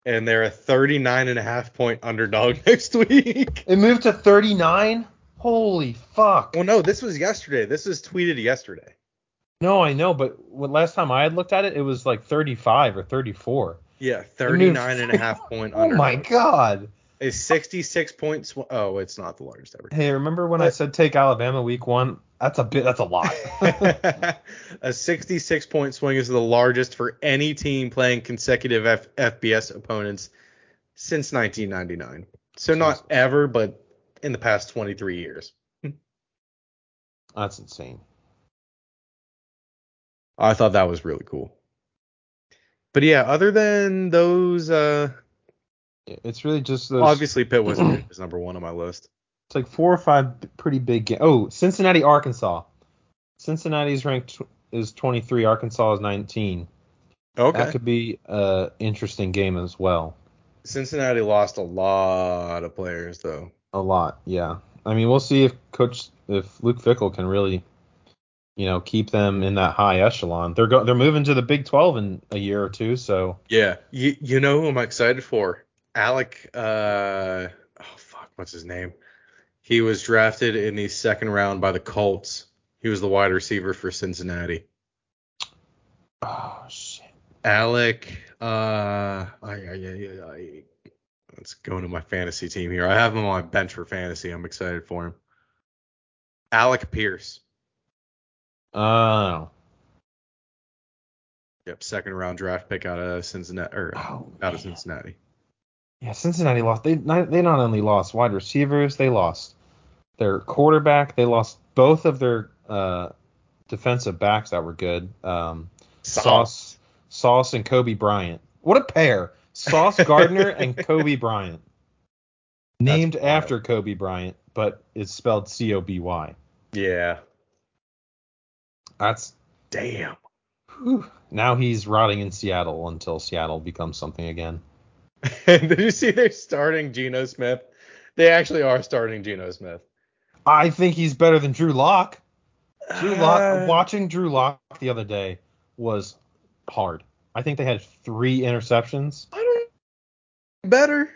[SPEAKER 2] and they're a 39 and a half point underdog next week.
[SPEAKER 1] It moved to 39? Holy fuck.
[SPEAKER 2] Well, no, this was yesterday. This was tweeted yesterday.
[SPEAKER 1] No, I know, but when, last time I had looked at it, it was like 35 or 34.
[SPEAKER 2] Yeah, 39 and a half point
[SPEAKER 1] Oh
[SPEAKER 2] underdog.
[SPEAKER 1] my god.
[SPEAKER 2] A 66 point sw- Oh, it's not the largest ever.
[SPEAKER 1] Hey, remember when I said take Alabama week 1? That's a bit that's a lot.
[SPEAKER 2] a 66 point swing is the largest for any team playing consecutive F- FBS opponents since 1999. So not ever, but in the past 23 years.
[SPEAKER 1] that's insane.
[SPEAKER 2] I thought that was really cool. But yeah, other than those uh
[SPEAKER 1] It's really just those
[SPEAKER 2] Obviously, Pitt was, was number one on my list.
[SPEAKER 1] it's like four or five pretty big games. Oh, Cincinnati Arkansas. Cincinnati's ranked tw- is 23, Arkansas is 19.
[SPEAKER 2] Okay.
[SPEAKER 1] That could be an interesting game as well.
[SPEAKER 2] Cincinnati lost a lot of players though.
[SPEAKER 1] A lot, yeah. I mean, we'll see if Coach, if Luke Fickle can really, you know, keep them in that high echelon. They're go- they're moving to the Big 12 in a year or two, so
[SPEAKER 2] Yeah. You you know who I'm excited for? Alec uh oh fuck, what's his name? He was drafted in the second round by the Colts. He was the wide receiver for Cincinnati.
[SPEAKER 1] oh shit.
[SPEAKER 2] Alec uh I, I, I, I let's go into my fantasy team here. I have him on my bench for fantasy. I'm excited for him. Alec Pierce.
[SPEAKER 1] Oh.
[SPEAKER 2] Yep, second round draft pick out of Cincinnati or
[SPEAKER 1] Oh,
[SPEAKER 2] out of
[SPEAKER 1] man.
[SPEAKER 2] Cincinnati.
[SPEAKER 1] Yeah, Cincinnati lost. They not, they not only lost wide receivers, they lost their quarterback. They lost both of their uh, defensive backs that were good. Um, Sauce, Sauce, and Kobe Bryant. What a pair! Sauce Gardner and Kobe Bryant.
[SPEAKER 2] That's
[SPEAKER 1] Named
[SPEAKER 2] wild.
[SPEAKER 1] after Kobe Bryant, but it's spelled C O B Y.
[SPEAKER 2] Yeah.
[SPEAKER 1] That's
[SPEAKER 2] Damn.
[SPEAKER 1] whew. now he's rotting in Seattle until Seattle becomes something again.
[SPEAKER 2] Did you see they're starting Geno Smith? They actually are starting Geno Smith.
[SPEAKER 1] I think he's better than Drew Lock. Drew Lock.
[SPEAKER 2] Uh,
[SPEAKER 1] watching Drew Lock the other day was hard. I think they had three interceptions.
[SPEAKER 2] I don't better.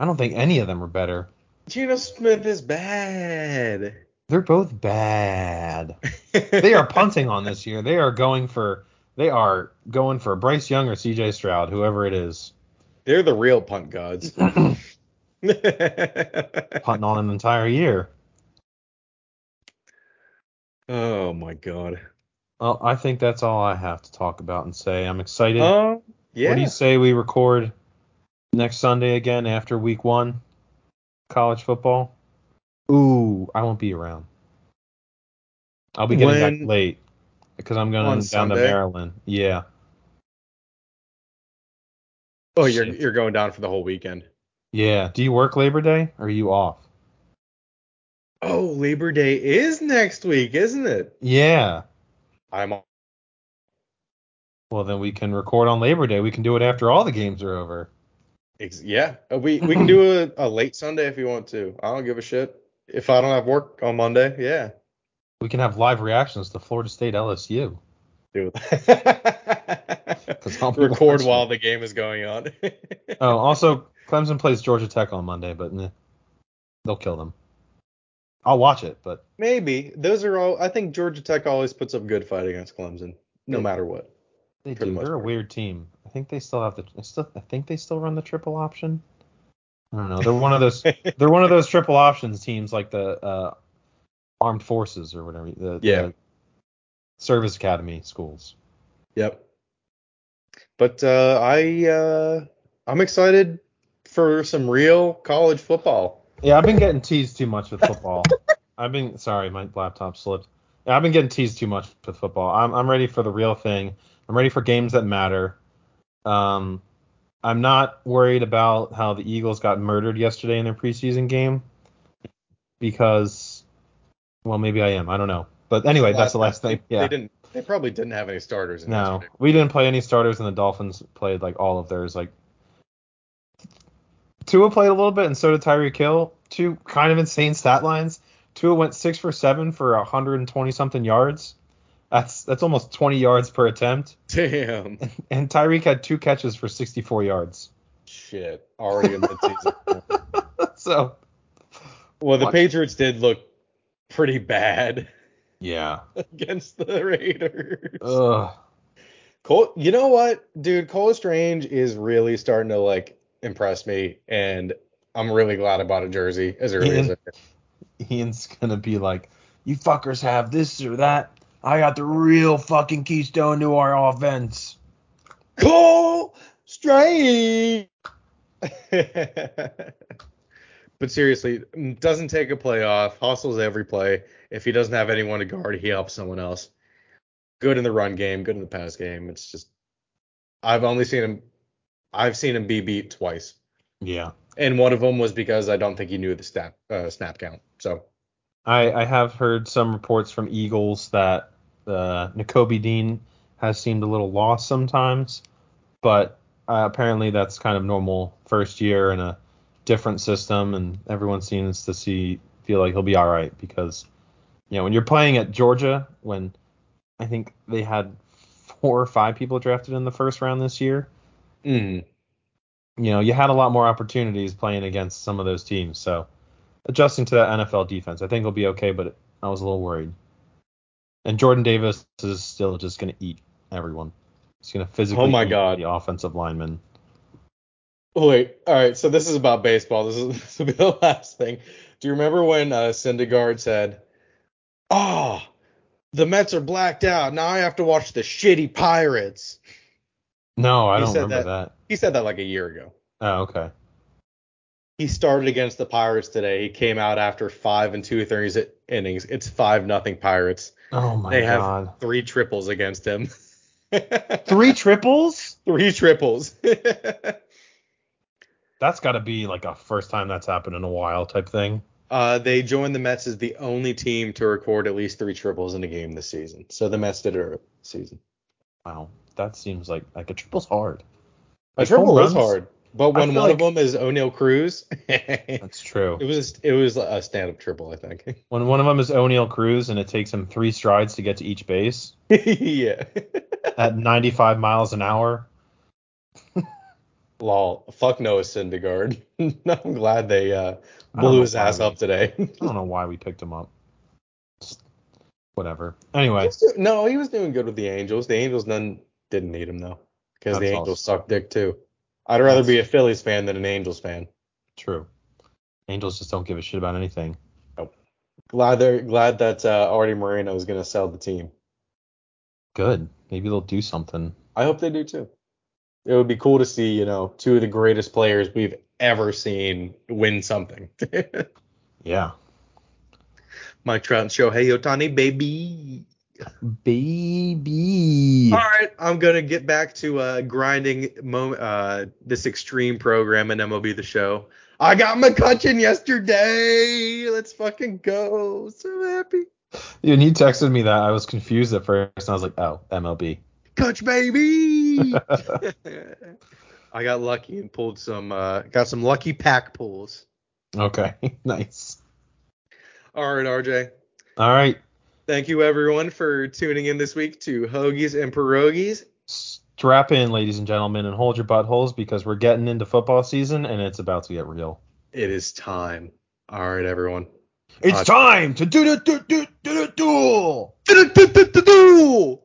[SPEAKER 1] I don't think any of them were better.
[SPEAKER 2] Geno Smith is bad.
[SPEAKER 1] They're both bad. They are punting on this year. They are going for they are going for Bryce Young or CJ Stroud, whoever it is,
[SPEAKER 2] They're the real punt gods.
[SPEAKER 1] punting on an entire year.
[SPEAKER 2] oh my god.
[SPEAKER 1] Well, I think that's all I have to talk about and say. I'm excited.
[SPEAKER 2] Um yeah.
[SPEAKER 1] What do you say we record next Sunday again after week one? College football? Ooh, I won't be around. I'll be getting
[SPEAKER 2] When-
[SPEAKER 1] back late because I'm going
[SPEAKER 2] On
[SPEAKER 1] down to
[SPEAKER 2] Sunday?
[SPEAKER 1] Maryland. Yeah.
[SPEAKER 2] oh, you're
[SPEAKER 1] Shit.
[SPEAKER 2] you're going down for the whole weekend.
[SPEAKER 1] Yeah. Do you work Labor Day or are you off?
[SPEAKER 2] Oh, Labor Day is next week, isn't it?
[SPEAKER 1] Yeah.
[SPEAKER 2] I'm on.
[SPEAKER 1] Well, then we can record on Labor Day. We can do it after all the games are over.
[SPEAKER 2] Ex- yeah, uh, we we can do a, a late Sunday if you want to. I don't give a shit. If I don't have work on Monday, yeah,
[SPEAKER 1] We can have live reactions to Florida State LSU. I'll
[SPEAKER 2] do it.
[SPEAKER 1] be
[SPEAKER 2] Record
[SPEAKER 1] watching.
[SPEAKER 2] while the game is going on.
[SPEAKER 1] Oh, also, Clemson plays Georgia Tech on Monday, but eh, they'll kill them. I'll watch it, but
[SPEAKER 2] Maybe those are all. I think Georgia Tech always puts up a good fight against Clemson, no
[SPEAKER 1] Yeah.
[SPEAKER 2] matter what.
[SPEAKER 1] They
[SPEAKER 2] for the
[SPEAKER 1] do.
[SPEAKER 2] most
[SPEAKER 1] They're a
[SPEAKER 2] part.
[SPEAKER 1] weird team. I think they still have the. I still. I think they still run the triple option. I don't know. They're one of those. they're one of those triple options teams like the uh, armed forces or whatever. The,
[SPEAKER 2] Yeah.
[SPEAKER 1] the service academy schools.
[SPEAKER 2] Yep. But uh, I uh, I'm excited for some real college football.
[SPEAKER 1] Yeah, I've been getting teased too much with football. I've been sorry, my laptop slipped. Yeah, I've been getting teased too much with football. I'm I'm ready for the real thing. I'm ready for games that matter. Um, I'm not worried about how the Eagles got murdered yesterday in their preseason game because, well, maybe I am. I don't know. But anyway, that's the last thing. Yeah.
[SPEAKER 2] They didn't. They probably didn't have any starters. In
[SPEAKER 1] No,
[SPEAKER 2] this
[SPEAKER 1] we didn't play any starters, and the Dolphins played like all of theirs. Like Tua played a little bit, and so did Tyreek Hill. Two kind of insane stat lines. Tua went six for seven for 120 something yards. That's that's almost 20 yards per attempt.
[SPEAKER 2] Damn.
[SPEAKER 1] And Tyreek had two catches for 64 yards.
[SPEAKER 2] Shit. Already in the season.
[SPEAKER 1] so
[SPEAKER 2] Well, the
[SPEAKER 1] Watch.
[SPEAKER 2] Patriots did look pretty bad
[SPEAKER 1] yeah.
[SPEAKER 2] against the Raiders.
[SPEAKER 1] Ugh.
[SPEAKER 2] Cole, you know what, dude? Cole Strange is really starting to like impress me, and I'm really glad I bought a jersey as early as I did.
[SPEAKER 1] Ian's gonna be like, you fuckers have this or that. I got the real fucking keystone to our offense.
[SPEAKER 2] Cole Strange. but seriously, doesn't take a play off. Hustles every play. If he doesn't have anyone to guard, he helps someone else. Good in the run game. Good in the pass game. It's just, I've only seen him, I've seen him be beat twice,
[SPEAKER 1] Yeah.
[SPEAKER 2] and one of them was because I don't think he knew the snap uh, snap count. So
[SPEAKER 1] I, I have heard some reports from Eagles that uh, N'Kobe Dean has seemed a little lost sometimes, but uh, apparently that's kind of normal first year in a different system, and everyone seems to see feel like he'll be all right because you know when you're playing at Georgia, when I think they had four or five people drafted in the first round this year,
[SPEAKER 2] Mm.
[SPEAKER 1] you know you had a lot more opportunities playing against some of those teams, so adjusting to that NFL defense, I think he'll be okay, but I was a little worried. And Jordan Davis is still just going to eat everyone. He's going to physically
[SPEAKER 2] Oh my
[SPEAKER 1] eat
[SPEAKER 2] God.
[SPEAKER 1] the offensive lineman.
[SPEAKER 2] Oh, wait. All right. So this is about baseball. This is this will be the last thing. Do you remember when uh, Syndergaard said, "Ah, the Mets are blacked out. Now I have to watch the shitty Pirates."
[SPEAKER 1] No, I
[SPEAKER 2] He
[SPEAKER 1] don't
[SPEAKER 2] said
[SPEAKER 1] remember that.
[SPEAKER 2] He said that like a year ago.
[SPEAKER 1] Oh, okay.
[SPEAKER 2] He started against the Pirates today. He came out after five and two thirds innings. It's five nothing Pirates.
[SPEAKER 1] Oh my
[SPEAKER 2] They have-
[SPEAKER 1] God.
[SPEAKER 2] Three triples against him.
[SPEAKER 1] Three triples?
[SPEAKER 2] Three triples.
[SPEAKER 1] That's got to be like a first time that's happened in a while type thing.
[SPEAKER 2] Uh, they joined the Mets as the only team to record at least three triples in a game this season. So the Mets did it early season.
[SPEAKER 1] Wow, that seems like like a triple's hard.
[SPEAKER 2] A
[SPEAKER 1] Like,
[SPEAKER 2] triple
[SPEAKER 1] home
[SPEAKER 2] is
[SPEAKER 1] runs?
[SPEAKER 2] hard, but
[SPEAKER 1] I
[SPEAKER 2] when
[SPEAKER 1] feel
[SPEAKER 2] one of
[SPEAKER 1] like-
[SPEAKER 2] them is O'Neill Cruz, it
[SPEAKER 1] That's true.
[SPEAKER 2] was it was a stand-up triple, I think.
[SPEAKER 1] When one of them is O'Neill Cruz and it takes him three strides to get to each base
[SPEAKER 2] yeah.
[SPEAKER 1] at 95 miles an hour,
[SPEAKER 2] Lol. Fuck Noah Syndergaard. I'm glad they uh,
[SPEAKER 1] I don't
[SPEAKER 2] blew
[SPEAKER 1] know
[SPEAKER 2] his ass
[SPEAKER 1] why we-
[SPEAKER 2] up today.
[SPEAKER 1] I don't know why we picked him up. Just whatever. Anyway,
[SPEAKER 2] no, he was doing good with the Angels. The Angels none didn't need him though, because the
[SPEAKER 1] That's
[SPEAKER 2] Angels suck dick too. I'd rather be a Phillies fan than an Angels fan.
[SPEAKER 1] true. Angels just don't give a shit about anything.
[SPEAKER 2] Glad they're glad that uh, Artie Moreno is going to sell the team.
[SPEAKER 1] Good. Maybe they'll do something.
[SPEAKER 2] I hope they do too. It would be cool to see, you know, two of the greatest players we've ever seen win something.
[SPEAKER 1] Yeah.
[SPEAKER 2] Mike Trout and Shohei Otani, baby.
[SPEAKER 1] Baby.
[SPEAKER 2] All right, I'm gonna get back to uh, grinding mo- uh, this extreme program in MLB the Show. I got McCutcheon yesterday. Let's fucking go. So happy,
[SPEAKER 1] When he texted me that, I was confused at first. And I was like, oh, MLB.
[SPEAKER 2] Cutch baby. I got lucky and pulled some. Uh, got some lucky pack pulls.
[SPEAKER 1] Okay. nice.
[SPEAKER 2] All right, RJ.
[SPEAKER 1] All right.
[SPEAKER 2] Thank you everyone for tuning in this week to Hoagies and Pierogies.
[SPEAKER 1] Strap in, ladies and gentlemen, and hold your buttholes because we're getting into football season and it's about to get real.
[SPEAKER 2] It is time. All right, everyone.
[SPEAKER 1] It's
[SPEAKER 2] Uh,
[SPEAKER 1] time to do the do do do do do.
[SPEAKER 2] Do-do-do-do-do-do!